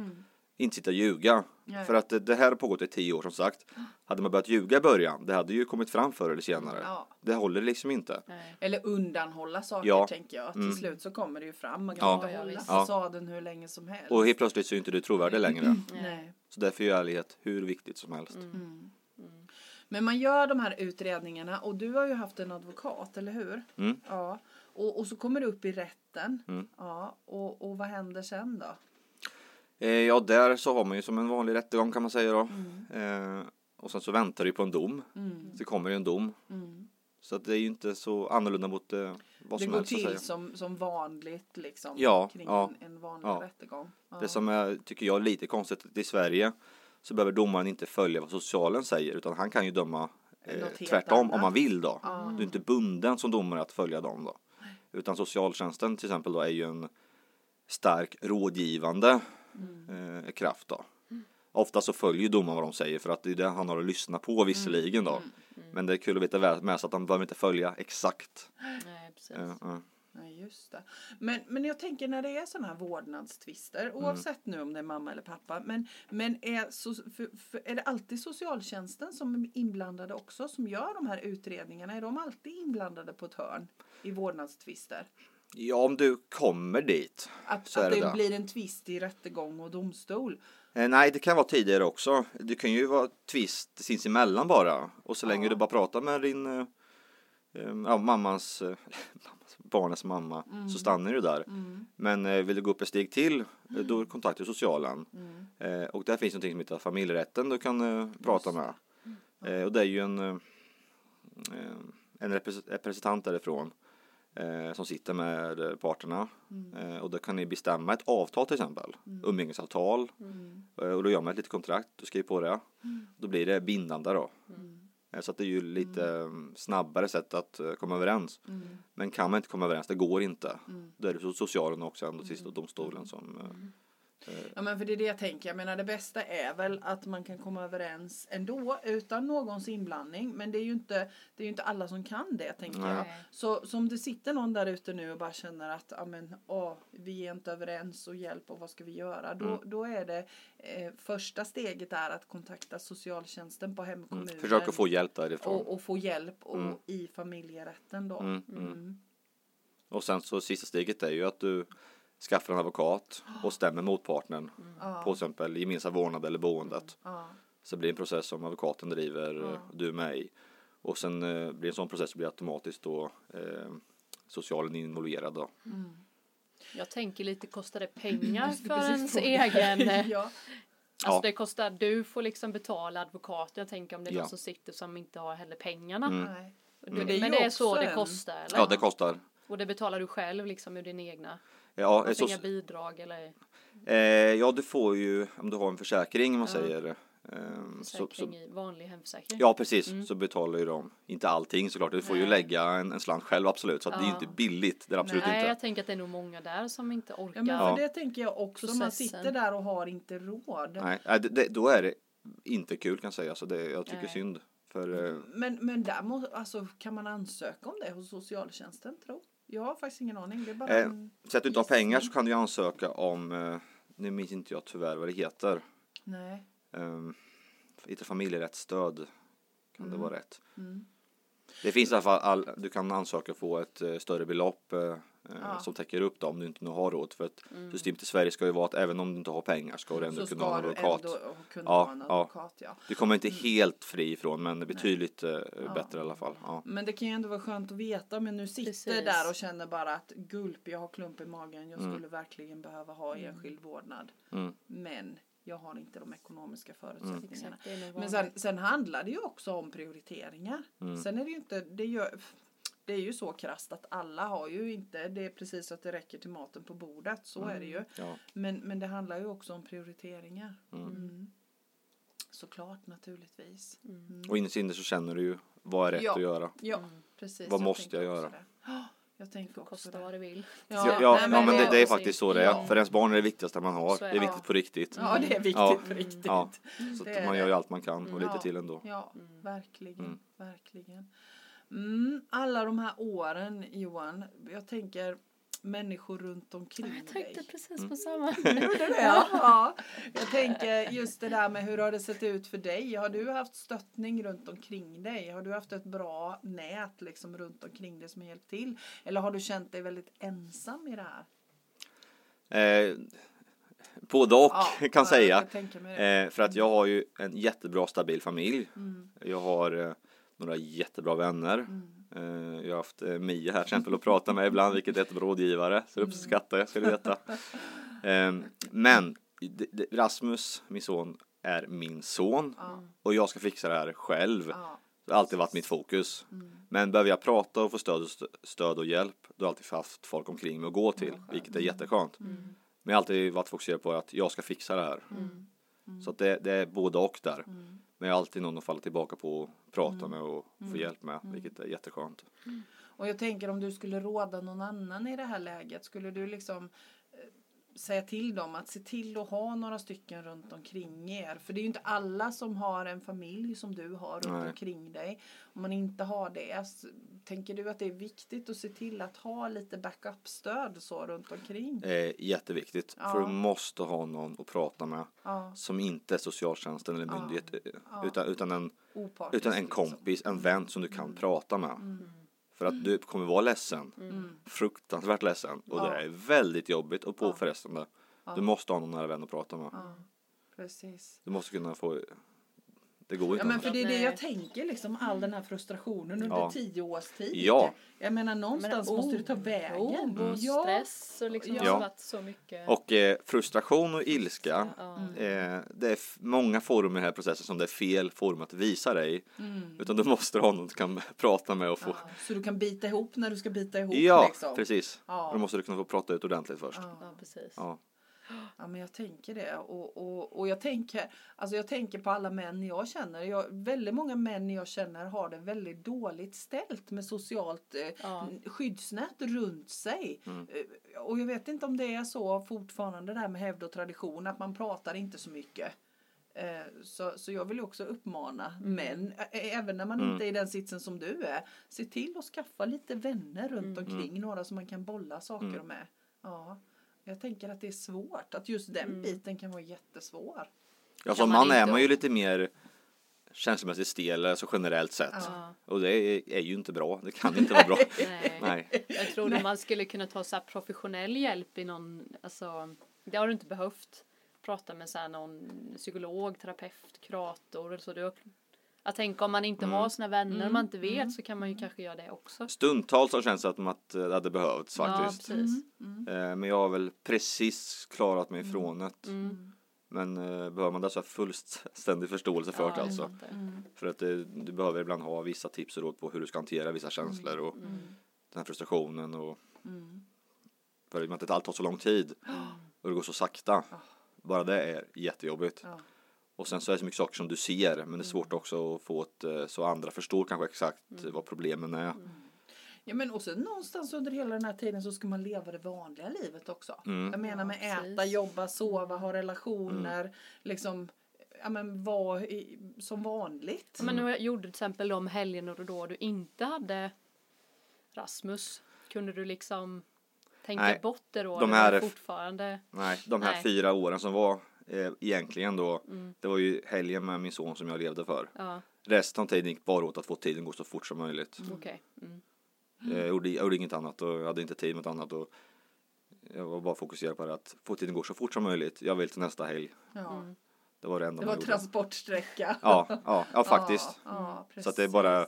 Speaker 3: Inte sitta och ljuga.
Speaker 1: Nej.
Speaker 3: För att eh, det, det här har pågått i tio år som sagt. Hade man börjat ljuga i början, det hade ju kommit fram förr eller senare.
Speaker 1: Ja.
Speaker 3: Det håller liksom inte.
Speaker 2: Nej.
Speaker 1: Eller undanhålla saker
Speaker 3: Ja. Mm.
Speaker 1: tänker jag. Till slut så kommer det ju fram. Man kan
Speaker 3: Ja.
Speaker 1: inte
Speaker 2: Ja,
Speaker 1: hålla
Speaker 2: visst.
Speaker 1: fasaden hur länge som helst.
Speaker 3: Och helt plötsligt så är inte du trovärdig
Speaker 1: Mm.
Speaker 3: längre.
Speaker 1: Nej.
Speaker 3: Så därför är ärlighet hur viktigt som helst.
Speaker 1: Men man gör de här utredningarna och du har ju haft en advokat, eller hur?
Speaker 3: Mm.
Speaker 1: Ja. Och, och så kommer det upp i rätten.
Speaker 3: Mm.
Speaker 1: Ja. Och, och vad händer sen då?
Speaker 3: Eh, ja, där så har man ju som en vanlig rättegång kan man säga då. Eh, och sen så väntar du ju på en dom.
Speaker 1: Mm.
Speaker 3: Så kommer det en dom.
Speaker 1: Mm.
Speaker 3: Så att det är ju inte så annorlunda mot eh, vad
Speaker 1: Det
Speaker 3: som
Speaker 1: går
Speaker 3: helst. så att
Speaker 1: till
Speaker 3: säga.
Speaker 1: som, som vanligt liksom
Speaker 3: Ja,
Speaker 1: kring
Speaker 3: ja,
Speaker 1: en, en vanlig
Speaker 3: ja.
Speaker 1: rättegång. Ja.
Speaker 3: Det som är, tycker jag är lite konstigt att i Sverige så behöver domaren inte följa vad socialen säger utan han kan ju döma eh,
Speaker 1: Något helt
Speaker 3: tvärtom om
Speaker 1: annat.
Speaker 3: man vill då.
Speaker 1: Ja.
Speaker 3: Du är inte bunden som domare att följa dem då. Utan socialtjänsten till exempel då är ju en stark rådgivande eh, kraft. Då. Ofta så följer ju domaren vad de säger för att det är det han har att lyssna på visserligen. Då. Men det är kul att veta väl- med sig att han behöver inte följa exakt.
Speaker 2: Nej, precis.
Speaker 3: Eh, eh.
Speaker 1: Ja, just det. Men, men jag tänker när det är sådana här vårdnadstvister,
Speaker 3: Mm.
Speaker 1: oavsett nu om det är mamma eller pappa, men, men är, so, för, för, är det alltid socialtjänsten som är inblandade också, som gör de här utredningarna? Är de alltid inblandade på ett hörn i vårdnadstvister?
Speaker 3: Ja, om du kommer dit.
Speaker 1: Att,
Speaker 3: Så är
Speaker 1: att
Speaker 3: det
Speaker 1: det,
Speaker 3: där.
Speaker 1: blir en tvist i rättegång och domstol?
Speaker 3: Eh, Nej, det kan vara tidigare också. Det kan ju vara tvist sinsemellan bara. Och så länge
Speaker 1: Ja.
Speaker 3: du bara pratar med din eh, eh, ja, mammans, eh, mammans- barnets mamma så stannar du där. Men eh, vill du gå upp ett steg till eh, då kontaktar du socialen.
Speaker 1: Mm.
Speaker 3: Eh, och där finns någonting som heter familjerätten du kan eh, prata med. Eh, och det är ju en, eh, eh, en repres- representant därifrån eh, som sitter med eh, parterna. Eh, och då kan ni bestämma ett avtal till exempel. Umgängesavtal. Eh, och då gör man ett litet kontrakt, du skriver på det. Då blir det bindande då. Eh, så att det är ju lite eh, snabbare sätt att eh, komma överens. Men kan man inte komma överens, det går inte. Då är det så- socialen också ändå sist och domstolen som eh,
Speaker 1: Ja, men för det är det jag tänker. Jag menar, det bästa är väl att man kan komma överens ändå utan någons inblandning. Men det är ju inte, det är ju inte alla som kan det, tänker
Speaker 3: Nej.
Speaker 1: jag. Så, så om det sitter någon där ute nu och bara känner att ja, men, åh, vi är inte överens och hjälp och vad ska vi göra? Då,
Speaker 3: Mm.
Speaker 1: då är det eh, första steget är att kontakta socialtjänsten på hemkommunen.
Speaker 3: försöka Mm. få hjälp därifrån.
Speaker 1: Mm. och, och få hjälp och,
Speaker 3: Mm.
Speaker 1: i familjerätten då.
Speaker 3: Mm, mm.
Speaker 1: Mm.
Speaker 3: Och sen så sista steget är ju att du skaffar en advokat och stämmer motparten
Speaker 1: Ja,
Speaker 3: på exempel gemensam vårdnad eller boendet.
Speaker 1: ja.
Speaker 3: Så det blir en process som advokaten driver, eh,
Speaker 1: Ja.
Speaker 3: du är med i. Och sen eh, blir en sån process så blir automatiskt då eh, socialen involverad då.
Speaker 1: Mm.
Speaker 2: Jag tänker lite kostar det pengar
Speaker 1: skulle
Speaker 2: för
Speaker 1: precis
Speaker 2: ens
Speaker 1: fråga.
Speaker 2: egen. eh,
Speaker 1: ja.
Speaker 2: Alltså
Speaker 3: Ja.
Speaker 2: det kostar, du får liksom betala advokaten. Jag tänker om det är
Speaker 3: Ja.
Speaker 2: någon som sitter som inte har heller pengarna.
Speaker 3: Mm.
Speaker 1: Nej.
Speaker 2: Och
Speaker 1: Men
Speaker 2: du-
Speaker 1: det är ju
Speaker 2: Men det är så
Speaker 1: också
Speaker 2: det
Speaker 1: en-
Speaker 2: kostar eller?
Speaker 3: Ja, det kostar.
Speaker 2: Och det betalar du själv liksom ur din egna?
Speaker 3: Ja,
Speaker 2: Du
Speaker 3: eh,
Speaker 2: får
Speaker 3: så,
Speaker 2: inga bidrag eller?
Speaker 3: eh, ja, du får ju, om du har en försäkring om man
Speaker 2: Ja.
Speaker 3: säger. Eh, så, så,
Speaker 2: försäkring i vanlig hemförsäkring.
Speaker 3: Ja precis,
Speaker 2: Mm.
Speaker 3: så betalar ju de inte allting såklart. Du får ju
Speaker 2: Nej.
Speaker 3: lägga en, en slant själv absolut. Så att det är ju
Speaker 2: Ja.
Speaker 3: inte billigt, det är det absolut
Speaker 2: Nej,
Speaker 3: inte.
Speaker 2: jag tänker att det är nog många där som inte orkar.
Speaker 1: Ja, men
Speaker 3: Ja.
Speaker 1: för det tänker jag också. Man
Speaker 2: Processen.
Speaker 1: sitter där och har inte råd.
Speaker 3: Nej, nej, det, det, då är det inte kul kan jag säga. Så det, jag tycker
Speaker 2: Nej.
Speaker 3: synd. För, eh,
Speaker 1: Men, men där må, alltså, kan man ansöka om det hos socialtjänsten, tro? Jag har faktiskt ingen aning. Det är bara
Speaker 3: Eh,
Speaker 1: en...
Speaker 3: så att du inte har pengar så kan du ju ansöka om, eh, nu minns inte jag tyvärr vad det heter,
Speaker 1: Nej.
Speaker 3: eh, inte familjerättsstöd kan det vara rätt.
Speaker 1: Mm.
Speaker 3: Det finns i alla fall, all, du kan ansöka och få ett eh, större belopp eh, eh,
Speaker 1: Ja. Mm.
Speaker 3: som täcker upp då, om du inte nu har råd. För att
Speaker 2: Mm.
Speaker 3: systemet i Sverige ska ju vara att även om du inte har pengar ska du
Speaker 1: Så
Speaker 3: ändå kunna ha
Speaker 1: ska
Speaker 3: en
Speaker 1: du
Speaker 3: advokat.
Speaker 1: ändå Mm. kunna
Speaker 3: Ja,
Speaker 1: ha en
Speaker 3: ja.
Speaker 1: advokat, ja.
Speaker 3: Du kommer inte helt fri ifrån men betydligt eh, bättre i alla fall. Ja.
Speaker 1: Men det kan ju ändå vara skönt att veta. Men nu sitter
Speaker 2: Precis.
Speaker 1: där och känner bara att gulp, jag har klump i magen. Jag skulle verkligen behöva ha enskild vårdnad.
Speaker 3: Mm.
Speaker 1: Men jag har inte de ekonomiska förutsättningarna.
Speaker 2: Exakt, det är nog
Speaker 1: Men
Speaker 2: vanligt.
Speaker 1: sen, sen handlar det ju också om prioriteringar.
Speaker 3: Mm.
Speaker 1: Sen är det ju inte, det, gör, det är ju så krasst att alla har ju inte, det är precis att det räcker till maten på bordet, så är
Speaker 3: Mm.
Speaker 1: det ju.
Speaker 3: Ja.
Speaker 1: Men, men det handlar ju också om prioriteringar. Mm. Såklart naturligtvis.
Speaker 2: Mm.
Speaker 3: Och innerst inne så känner du ju vad är rätt
Speaker 1: Ja.
Speaker 3: att göra.
Speaker 1: Ja, precis.
Speaker 3: Vad
Speaker 1: jag
Speaker 3: måste
Speaker 1: tänker
Speaker 3: jag
Speaker 1: också
Speaker 3: göra?
Speaker 1: det. Ja, Jag tänker också
Speaker 2: Kosta
Speaker 1: det.
Speaker 2: vad det vill.
Speaker 3: Ja, ja, ja,
Speaker 1: nej,
Speaker 3: men, det, det är
Speaker 2: precis.
Speaker 3: faktiskt så det är.
Speaker 1: Ja.
Speaker 3: För ens barn är det viktigaste man har.
Speaker 2: Så
Speaker 3: Det
Speaker 2: är
Speaker 3: är
Speaker 2: det.
Speaker 3: viktigt på riktigt.
Speaker 1: Ja, det är viktigt
Speaker 3: Ja.
Speaker 1: på riktigt.
Speaker 3: Ja. Så
Speaker 1: Mm. Det är
Speaker 3: att man gör
Speaker 1: det.
Speaker 3: ju allt man kan och lite
Speaker 1: Ja.
Speaker 3: till ändå.
Speaker 1: Ja, verkligen.
Speaker 3: Mm.
Speaker 1: verkligen. Mm, alla de här åren, Johan, jag tänker människor runt omkring
Speaker 2: Jag tänkte
Speaker 1: dig.
Speaker 2: precis
Speaker 3: Mm.
Speaker 2: på samma. Mm.
Speaker 1: Gjorde du? Ja. ja. Jag tänker just det där med hur har det sett ut för dig? Har du haft stöttning runt omkring dig? Har du haft ett bra nät liksom runt omkring dig som har hjälpt till? Eller har du känt dig väldigt ensam i det här?
Speaker 3: Eh, både och kan säga.
Speaker 1: Jag tänker mig det.
Speaker 3: Eh, för att jag har ju en jättebra stabil familj.
Speaker 1: Mm,
Speaker 3: Jag har eh, några jättebra vänner. Eh, jag har haft eh, Mia här till exempel att prata med ibland, vilket är ett bra rådgivare. Så det uppskattar jag, ska du veta.
Speaker 1: Mm.
Speaker 3: Eh, men d- d- Rasmus, min son, är min son.
Speaker 1: Ja.
Speaker 3: Och jag ska fixa det här själv.
Speaker 1: Ja. Mm,
Speaker 3: Det har alltid varit mitt fokus. Men behöver jag prata och få stöd och, st- stöd och hjälp, då har jag alltid haft folk omkring mig att
Speaker 1: Mm,
Speaker 3: gå till, vilket är jätteskönt.
Speaker 2: Mm,
Speaker 3: Men jag har alltid varit fokuserad på att jag ska fixa det här.
Speaker 1: Mm.
Speaker 2: Mm.
Speaker 3: Så att det, det är både och där. Men jag har alltid någon att falla tillbaka på och
Speaker 1: Mm.
Speaker 3: prata med och få hjälp med, vilket är jätteskönt.
Speaker 1: Och jag tänker om du skulle råda någon annan i det här läget, skulle du liksom eh, säga till dem att se till att ha några stycken runt omkring er. För det är ju inte alla som har en familj som du har runt
Speaker 3: Nej.
Speaker 1: omkring dig. Om man inte har det, s- tänker du att det är viktigt att se till att ha lite backup-stöd så runt omkring?
Speaker 3: Eh, jätteviktigt.
Speaker 1: Ja.
Speaker 3: För du måste ha någon att prata med
Speaker 1: Ja,
Speaker 3: som inte är socialtjänsten eller
Speaker 1: Ja.
Speaker 3: myndighet. eh,
Speaker 1: Ja.
Speaker 3: Utan, utan, en,
Speaker 1: opartiskt.
Speaker 3: utan en
Speaker 1: liksom.
Speaker 3: kompis, en vän som du kan prata med. För att du kommer vara ledsen. Fruktansvärt ledsen. Och
Speaker 1: Ja.
Speaker 3: det är väldigt jobbigt och
Speaker 1: Ja.
Speaker 3: påfrestande.
Speaker 1: Ja.
Speaker 3: Du måste ha någon nära vän att prata med.
Speaker 1: Ja, precis.
Speaker 3: Du måste kunna få... Det går
Speaker 1: Ja,
Speaker 3: inte
Speaker 1: men
Speaker 3: annars.
Speaker 1: för det är det
Speaker 2: Nej.
Speaker 1: jag tänker, liksom, all den här frustrationen under
Speaker 3: Ja.
Speaker 1: tio års tid.
Speaker 3: Ja.
Speaker 1: Jag menar, någonstans
Speaker 2: Men
Speaker 1: måste du ta
Speaker 2: oro,
Speaker 1: vägen.
Speaker 2: Och stress och liksom
Speaker 1: Ja.
Speaker 2: det har varit så mycket.
Speaker 3: Och eh, frustration och ilska.
Speaker 2: Ja.
Speaker 3: Eh, det är f- många forum i den här processen som det är fel forum att visa dig. Utan du måste ha någon du kan prata med och få...
Speaker 1: Mm. Ja, Så du kan bita ihop när du ska bita ihop.
Speaker 3: Ja,
Speaker 1: liksom.
Speaker 3: precis.
Speaker 1: Ja.
Speaker 3: Då måste du kunna få prata ut ordentligt först.
Speaker 1: Ja.
Speaker 2: ja, precis.
Speaker 3: Ja.
Speaker 1: Ja, men jag tänker det. Och, och, och jag, tänker, alltså jag tänker på alla män jag känner. Jag, väldigt många män jag känner har det väldigt dåligt ställt med socialt eh,
Speaker 2: Ja. Mm.
Speaker 1: skyddsnät runt sig. Eh, Och jag vet inte om det är så fortfarande det här med hävd och tradition att man pratar inte så mycket. Eh, Så, så jag vill ju också uppmana
Speaker 2: Mm.
Speaker 1: män, ä- ä- även när man inte är i den sitsen som du är, se till att skaffa lite vänner
Speaker 2: Mm,
Speaker 1: runt omkring, några som man kan bolla saker med. Ja. Jag tänker att det är svårt, att just
Speaker 2: Mm.
Speaker 1: den biten kan vara jättesvår.
Speaker 3: Ja, som
Speaker 2: man
Speaker 3: man är
Speaker 2: inte-
Speaker 3: man ju lite mer känslomässigt stel, alltså generellt sett.
Speaker 2: Ja.
Speaker 3: Och det är, är ju inte bra. Det kan inte vara bra.
Speaker 2: Nej.
Speaker 3: Nej.
Speaker 2: Jag tror att man skulle kunna ta så här professionell hjälp i någon, alltså, det har du inte behövt prata med så här någon psykolog, terapeut, kurator eller så. Du, att tänka om man inte
Speaker 3: Mm.
Speaker 2: har sina vänner, om man inte vet så kan man ju kanske göra det också.
Speaker 3: Stundtals har det känts som att eh, det hade behövts faktiskt.
Speaker 2: Ja, precis.
Speaker 1: Mm,
Speaker 3: Eh, Men jag har väl precis klarat mig ifrån det.
Speaker 2: Mm.
Speaker 3: Men eh, behöver man det så har jag fullständig förståelse för
Speaker 2: Ja,
Speaker 3: det
Speaker 2: jag
Speaker 3: alltså.
Speaker 2: fattar. Mm.
Speaker 3: För att det, du behöver ibland ha vissa tips och råd på hur du ska hantera vissa
Speaker 2: Mm.
Speaker 3: känslor och den här frustrationen och för i och med att allt tar så lång tid och det går så sakta. Bara det är jättejobbigt.
Speaker 1: Ja.
Speaker 3: Och sen så är det så mycket saker som du ser men det är svårt också att få ett eh, så andra förstår kanske exakt eh, vad problemen är.
Speaker 1: Ja, men och sen någonstans under hela den här tiden så ska man leva det vanliga livet också.
Speaker 3: Mm.
Speaker 1: Jag menar
Speaker 2: Ja,
Speaker 1: med
Speaker 2: precis.
Speaker 1: äta, jobba, sova, ha relationer, liksom ja, men vara i- som vanligt.
Speaker 2: Ja, Men nu gjorde du till exempel de helgerna och då du inte hade Rasmus, kunde du liksom tänka
Speaker 3: Nej,
Speaker 2: bort det då? eller
Speaker 3: de
Speaker 2: var
Speaker 3: här
Speaker 2: det
Speaker 3: är-
Speaker 2: fortfarande.
Speaker 3: Nej, de här
Speaker 2: Nej.
Speaker 3: fyra åren som var eh, egentligen då, det var ju helgen med min son som jag levde för.
Speaker 2: Mm. Ja,
Speaker 3: Resten av tiden gick bara åt att få tiden gå så fort som möjligt. Eh,
Speaker 2: okej. Mm.
Speaker 3: Jag gjorde, jag gjorde inget annat och jag hade inte tid med något annat. Och jag var bara fokuserad på det att få tiden gå så fort som möjligt. Jag vill till nästa helg.
Speaker 1: ja.
Speaker 2: Mm.
Speaker 3: Det var det enda
Speaker 1: Det var
Speaker 3: man gjorde.
Speaker 1: transportsträcka.
Speaker 3: Ja, ja, ja faktiskt.
Speaker 1: Ja,
Speaker 2: Mm.
Speaker 1: ja, precis.
Speaker 3: så att det är bara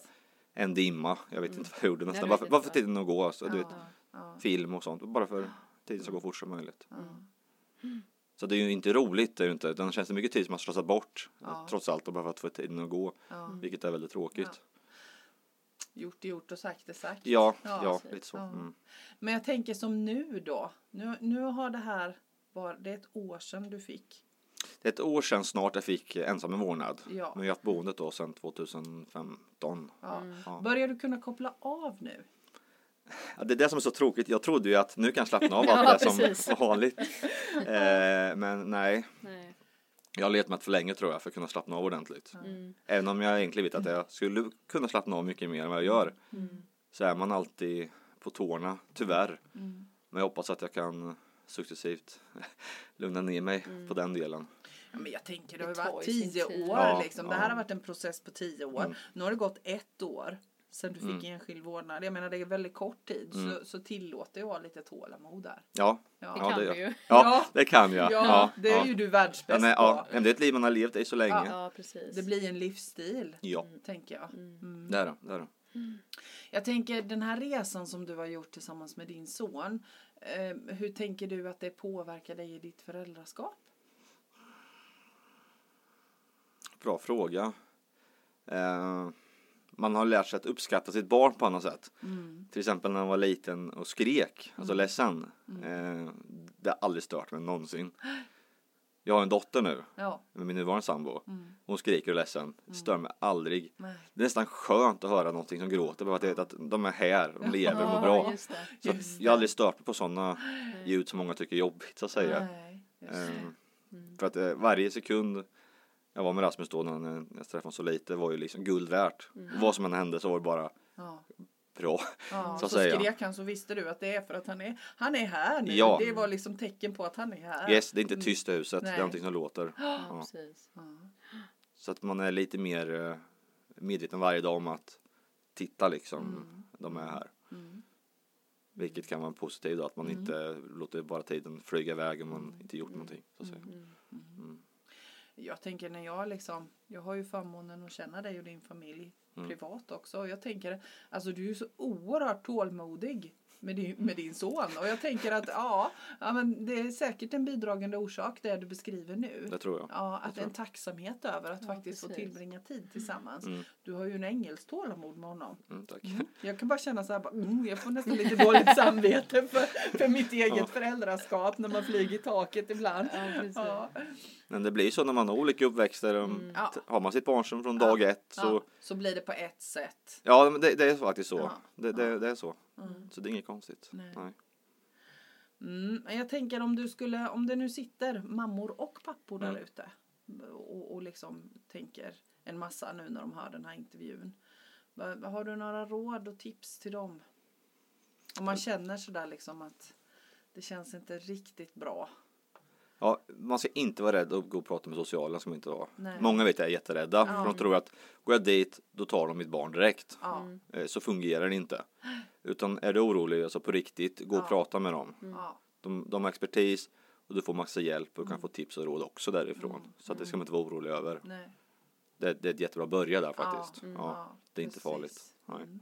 Speaker 3: en dimma. Jag vet inte vad jag gjorde
Speaker 2: Nej,
Speaker 3: nästan.
Speaker 2: du
Speaker 3: Bara, för-
Speaker 2: vet
Speaker 3: bara
Speaker 2: inte
Speaker 3: för
Speaker 2: vad.
Speaker 3: tiden att gå. Alltså, du vet,
Speaker 1: Ja, ja,
Speaker 3: film och sånt. Bara för tiden ska gå fort som möjligt.
Speaker 1: ja.
Speaker 3: Så det är ju inte roligt. Det är ju inte. Den känns det mycket tid som man slösar bort.
Speaker 1: Ja.
Speaker 3: Trots allt. Och bara för att få tiden att gå.
Speaker 1: Ja.
Speaker 3: Vilket är väldigt tråkigt.
Speaker 1: Gjort är gjort och sagt är sagt.
Speaker 3: Ja,
Speaker 1: Ja,
Speaker 3: ja,
Speaker 1: precis.
Speaker 3: lite så.
Speaker 1: Ja.
Speaker 3: Mm.
Speaker 1: Men jag tänker som nu då. Nu, nu har det här var det är ett år sedan du fick.
Speaker 3: Det är ett år sedan snart jag fick eh, ensam en vårdnad.
Speaker 1: Ja.
Speaker 3: Men jag har haft boendet då sedan 2015.
Speaker 1: Ja.
Speaker 2: Mm.
Speaker 3: Ja.
Speaker 1: Börjar du kunna koppla av nu?
Speaker 3: Ja, det är det som är så tråkigt. Jag trodde ju att nu kan jag slappna av
Speaker 2: Ja,
Speaker 3: allt det är
Speaker 2: precis.
Speaker 3: som vanligt. Eh, men nej,
Speaker 2: Nej.
Speaker 3: jag har letat mig för länge tror jag för att kunna slappna av ordentligt.
Speaker 2: Mm.
Speaker 3: Även om jag egentligen vet att jag skulle kunna slappna av mycket mer än vad jag gör. Så är man alltid på tårna, tyvärr. Men jag hoppas att jag kan successivt lugna ner mig på den delen.
Speaker 1: Ja, men jag tänker det har ju
Speaker 2: Det tar
Speaker 1: varit
Speaker 2: ju sin
Speaker 1: tio
Speaker 2: tid.
Speaker 1: år.
Speaker 3: Ja,
Speaker 1: liksom.
Speaker 3: ja.
Speaker 1: Det här har varit en process på tio år. Nu har det gått ett år sedan du fick enskild vårdnad. Jag menar det är väldigt kort tid så, så tillåter jag lite tålamod där.
Speaker 3: Ja,
Speaker 1: Ja.
Speaker 2: Det kan
Speaker 3: det,
Speaker 2: du
Speaker 3: ja.
Speaker 2: ju.
Speaker 3: Ja, det kan jag.
Speaker 1: Ja, det är
Speaker 3: ja.
Speaker 1: ju du världsbäst
Speaker 3: Ja, nej, ja.
Speaker 1: på.
Speaker 3: men Det är ett liv man har levt i så länge. Ja,
Speaker 2: Ja, precis.
Speaker 1: Det blir en livsstil.
Speaker 3: ja.
Speaker 1: Tänker jag. Mm.
Speaker 3: det är det. det, är det.
Speaker 1: Jag tänker den här resan som du har gjort tillsammans med din son. Eh, hur tänker du att det påverkar dig i ditt föräldraskap?
Speaker 3: Bra fråga. Eh, man har lärt sig att uppskatta sitt barn på annat sätt. Till exempel när han var liten och
Speaker 1: Mm.
Speaker 3: skrek, alltså ledsen. Eh, det har aldrig stört mig någonsin. Jag har en dotter nu
Speaker 1: Ja.
Speaker 3: med min nuvarande sambo.
Speaker 1: Mm.
Speaker 3: Hon skriker och är ledsen. Det stör mig aldrig.
Speaker 1: Nej.
Speaker 3: Det är nästan skönt att höra någonting som gråter. Bara att jag vet att de är här, de lever och mår bra.
Speaker 2: just det. Mm.
Speaker 3: Så att jag har aldrig stört mig på sådana ljud som många tycker är jobbigt så att säga.
Speaker 1: Nej, just det. Mm.
Speaker 3: Ehm, För att eh, varje sekund jag var med Rasmus då när han- eh, när jag träffade honom så lite var ju liksom guld värt.
Speaker 1: Mm.
Speaker 3: Och vad som än hände så var det bara
Speaker 1: Ja.
Speaker 3: bra.
Speaker 1: Ja,
Speaker 3: Så
Speaker 1: så
Speaker 3: att säga.
Speaker 1: skrek han så visste du att det är för att han är, han är här nu.
Speaker 3: Ja.
Speaker 1: Det var liksom tecken på att han är här.
Speaker 3: Yes, det är inte tyst i huset, det
Speaker 1: Mm. Nej.
Speaker 3: är någonting som låter.
Speaker 2: Ja,
Speaker 3: Ja.
Speaker 2: precis.
Speaker 1: Ja.
Speaker 3: Så att man är lite mer eh, medveten varje dag om att titta liksom, de är här.
Speaker 1: Mm.
Speaker 3: Vilket kan vara positivt då, att man inte låter bara tiden flyga iväg om
Speaker 1: Mm.
Speaker 3: man inte gjort någonting. Så att säga.
Speaker 2: Mm,
Speaker 1: Jag tänker när jag liksom, jag har ju förmånen att känna dig och din familj
Speaker 3: Mm.
Speaker 1: privat också. Och jag tänker, alltså du är så oerhört tålmodig med din, med din son. Och jag tänker att ja, ja men det är säkert en bidragande orsak det du beskriver nu.
Speaker 3: Det tror jag.
Speaker 1: Ja,
Speaker 3: det
Speaker 1: att
Speaker 3: tror
Speaker 1: en tacksamhet över att
Speaker 2: Ja,
Speaker 1: faktiskt få
Speaker 2: precis.
Speaker 1: tillbringa tid tillsammans.
Speaker 3: Mm.
Speaker 1: Du har ju en ängels tålamod med honom.
Speaker 3: Mm, tack.
Speaker 1: Jag kan bara känna så här, bara, mm, jag får nästan lite dåligt samvete för, för mitt eget föräldraskap när man flyger i taket ibland.
Speaker 2: Ja, precis.
Speaker 1: Ja.
Speaker 3: Men det blir så när man har olika uppväxter. om-
Speaker 1: Mm. Ja.
Speaker 3: t- Har man sitt barn som från dag ett så
Speaker 1: Ja, så blir det på ett sätt.
Speaker 3: Ja, men det, det är faktiskt så.
Speaker 1: Ja.
Speaker 3: Det, det, det är så.
Speaker 1: Mm.
Speaker 3: Så det är inget konstigt.
Speaker 1: Nej.
Speaker 3: Nej.
Speaker 1: Mm, men jag tänker om du skulle, om det nu sitter mammor och pappor där
Speaker 3: Mm.
Speaker 1: ute och, och liksom tänker en massa nu när de hör den här intervjun. Vad- vad Har du några råd och tips till dem? Om man känner sådär liksom att det känns inte riktigt bra.
Speaker 3: Ja, man ska inte vara rädd att gå och prata med socialen som inte var.
Speaker 1: Nej.
Speaker 3: Många vet jag är jätterädda.
Speaker 1: Ja.
Speaker 3: För de tror att går jag dit, då tar de mitt barn direkt.
Speaker 1: Ja,
Speaker 3: Eh, Så fungerar det inte. Utan är du orolig, alltså på riktigt, gå
Speaker 1: Ja. Mm.
Speaker 3: och prata med dem.
Speaker 1: ja,
Speaker 3: De, de har expertis och du får massa hjälp och kan få tips och råd också därifrån. Så att det ska man inte vara orolig över.
Speaker 1: nej.
Speaker 3: Det, det är ett jättebra börja där faktiskt. Ja,
Speaker 1: Mm. ja,
Speaker 3: det är inte
Speaker 1: precis.
Speaker 3: farligt. Nej.
Speaker 1: Mm.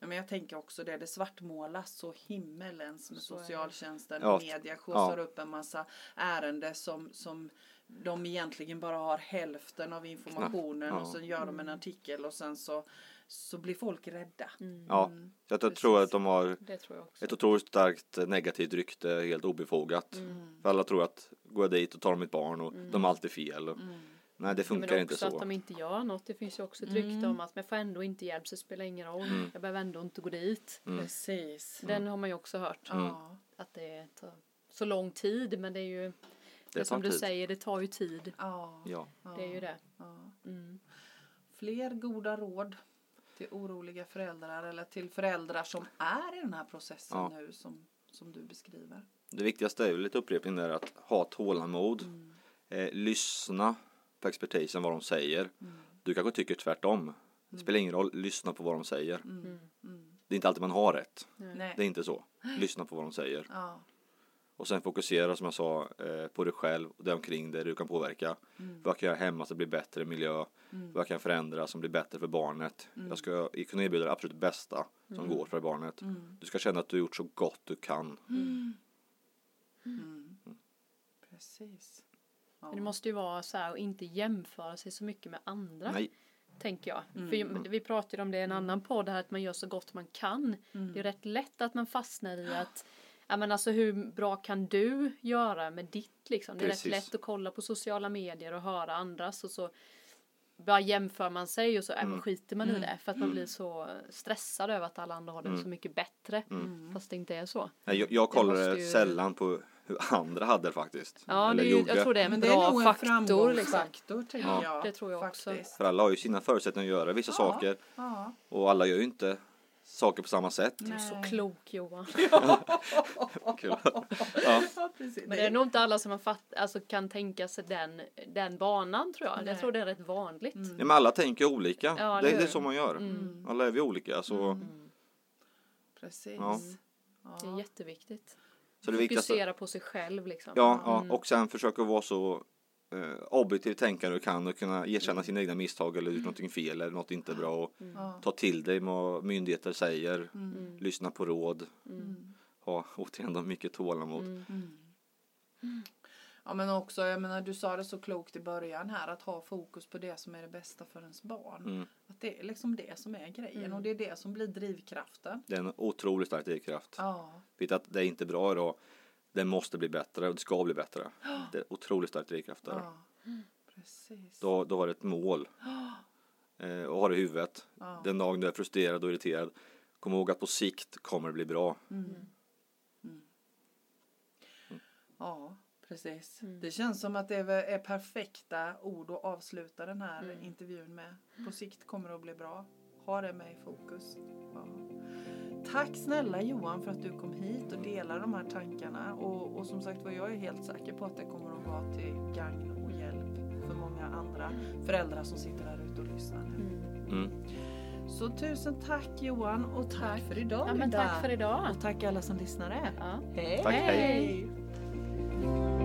Speaker 1: Ja, Men jag tänker också det, det svartmålas så himmelens med
Speaker 2: Så är det.
Speaker 1: socialtjänsten
Speaker 3: Ja,
Speaker 1: och media skjutsar upp en massa ärende som, som de egentligen bara har hälften av informationen
Speaker 3: Ja.
Speaker 1: och sen gör
Speaker 2: Mm.
Speaker 1: de en artikel och sen så, så blir folk rädda.
Speaker 3: Ja,
Speaker 1: Mm.
Speaker 3: så att jag tror
Speaker 1: precis.
Speaker 3: att de har
Speaker 2: Mm. Det tror jag också.
Speaker 3: Ett otroligt starkt eh, negativt rykte, helt obefogat.
Speaker 1: Mm.
Speaker 2: Mm.
Speaker 3: För alla tror att går jag dit och tar de mitt barn och de har alltid fel.
Speaker 1: Mm.
Speaker 3: Och, Nej, det
Speaker 2: Men
Speaker 3: funkar
Speaker 2: också
Speaker 3: inte så.
Speaker 2: att de inte gör något. Det finns ju också ett rykte om att men jag får ändå inte hjälp så det spelar ingen roll.
Speaker 3: Mm.
Speaker 2: Jag behöver ändå inte gå dit.
Speaker 1: Precis.
Speaker 2: Den har man ju också hört.
Speaker 3: Mm.
Speaker 1: Ja.
Speaker 2: Att det tar så lång tid men det är ju det
Speaker 3: tar
Speaker 2: som du
Speaker 3: tid.
Speaker 2: säger, det tar ju tid.
Speaker 1: Ja.
Speaker 3: Ja.
Speaker 2: Det är ju det.
Speaker 1: ja.
Speaker 2: Mm.
Speaker 1: Fler goda råd till oroliga föräldrar eller till föräldrar som är i den här processen
Speaker 3: Ja.
Speaker 1: nu som, som du beskriver.
Speaker 3: Det viktigaste är ju lite upprepning där att ha tålamod.
Speaker 1: Mm.
Speaker 3: Eh, lyssna på expertisen, vad de säger.
Speaker 1: Mm.
Speaker 3: Du kanske tycker tvärtom. Det spelar ingen roll, lyssna på vad de säger.
Speaker 2: Mm.
Speaker 3: Det är inte alltid man har rätt.
Speaker 1: Mm. Nej.
Speaker 3: Mm. Det är inte så. Lyssna på vad de säger.
Speaker 1: Ja.
Speaker 3: Och sen fokusera som jag sa eh, på dig själv och det omkring dig du kan påverka.
Speaker 1: Mm.
Speaker 3: Vad kan jag göra hemma som blir bättre miljö? Vad kan jag förändra som blir bättre för barnet?
Speaker 2: Mm.
Speaker 3: Jag ska kunna erbjuda det absolut bästa som går för barnet.
Speaker 1: Mm.
Speaker 3: Du ska känna att du har gjort så gott du kan.
Speaker 1: Mm. Precis.
Speaker 2: Men det måste ju vara så här och inte jämföra sig så mycket med andra.
Speaker 3: Nej,
Speaker 2: tänker jag. För ju- vi pratade ju om det i en annan podd här att man gör så gott man kan.
Speaker 1: Mm.
Speaker 2: Det är rätt lätt att man fastnar i att ja men alltså hur bra kan du göra med ditt liksom. Det är
Speaker 3: Precis.
Speaker 2: rätt lätt att kolla på sociala medier och höra andras och så bara jämför man sig och så mm. skiter man i det för att man blir så stressad över att alla andra har det så mycket bättre
Speaker 3: Mm.
Speaker 1: Mm.
Speaker 2: fast Mm. det inte är så.
Speaker 3: Nej jag, jag kollar
Speaker 2: måste ju-
Speaker 3: sällan på hur andra hade det faktiskt.
Speaker 2: Ja,
Speaker 3: Eller
Speaker 2: det är ju,
Speaker 3: gjorde.
Speaker 2: jag tror det är en
Speaker 1: Men det
Speaker 2: bra
Speaker 1: är nog en
Speaker 2: faktor. Liksom.
Speaker 1: framgångsfaktor tänker
Speaker 3: Ja.
Speaker 1: jag.
Speaker 2: Det tror jag också.
Speaker 1: faktiskt.
Speaker 3: För alla har ju sina förutsättningar att göra vissa saker
Speaker 1: Ja.
Speaker 3: och alla gör ju inte saker på samma sätt.
Speaker 2: Du är så klok Johan.
Speaker 3: Kul. ja.
Speaker 1: Ja, precis.
Speaker 2: Men det är nog inte alla som har fatt, alltså, kan tänka sig den, den banan tror jag.
Speaker 1: Nej.
Speaker 2: Jag tror det är rätt vanligt.
Speaker 1: Mm.
Speaker 3: Ja, men alla tänker olika.
Speaker 2: Ja,
Speaker 3: det,
Speaker 2: eller
Speaker 3: det är
Speaker 2: hur? Mm.
Speaker 3: så man gör. Alla är vi olika. Så...
Speaker 1: Mm. Precis.
Speaker 3: Ja.
Speaker 2: Det är jätteviktigt.
Speaker 3: Så det viktigaste, ja,
Speaker 2: Fokusera på sig själv liksom.
Speaker 3: ja, och sen försöka vara så eh, objektivt tänkande du kan och kunna erkänna sina egna misstag eller
Speaker 2: Mm.
Speaker 3: gjort någonting fel eller något inte bra. Och
Speaker 1: Ja. Mm.
Speaker 3: Ta till dig vad myndigheter säger,
Speaker 2: Mm.
Speaker 3: lyssna på råd, ha återigen då mycket tålamod.
Speaker 1: Mm. Ja, men också, jag menar, du sa det så klokt i början här att ha fokus på det som är det bästa för ens barn.
Speaker 2: Mm.
Speaker 3: Mm.
Speaker 1: Att det är liksom det som är grejen och det är det som blir drivkraften.
Speaker 3: Det är en otroligt stark drivkraft.
Speaker 1: Ja,
Speaker 3: Vet att det är inte bra idag. Det måste bli bättre och det ska bli bättre. Det är otroligt starkt drivkraft där.
Speaker 1: Ja. Precis.
Speaker 3: Då, då har du ett mål eh, och har det i huvudet.
Speaker 1: Ja.
Speaker 3: Den dagen du är frustrerad och irriterad, kom ihåg att på sikt kommer det bli bra.
Speaker 1: Mm. Ja, precis. Det känns som att det är, väl- är perfekta ord att avsluta den här intervjun med. På sikt kommer det att bli bra. Ha det med i fokus. Ja. Tack snälla Johan för att du kom hit och delade de här tankarna. Och, och som sagt var, jag är helt säker på att det kommer att vara till gagn och hjälp för många andra föräldrar som sitter där ute och lyssnar. nu.
Speaker 3: Mm.
Speaker 1: Så tusen tack Johan och tack,
Speaker 2: Tack.
Speaker 1: för idag
Speaker 2: Ja, men
Speaker 1: Linda.
Speaker 2: tack för idag.
Speaker 1: Tá Och tack alla som lyssnade.
Speaker 2: Ja.
Speaker 1: Hej!
Speaker 3: Tack, hej.
Speaker 2: Hej.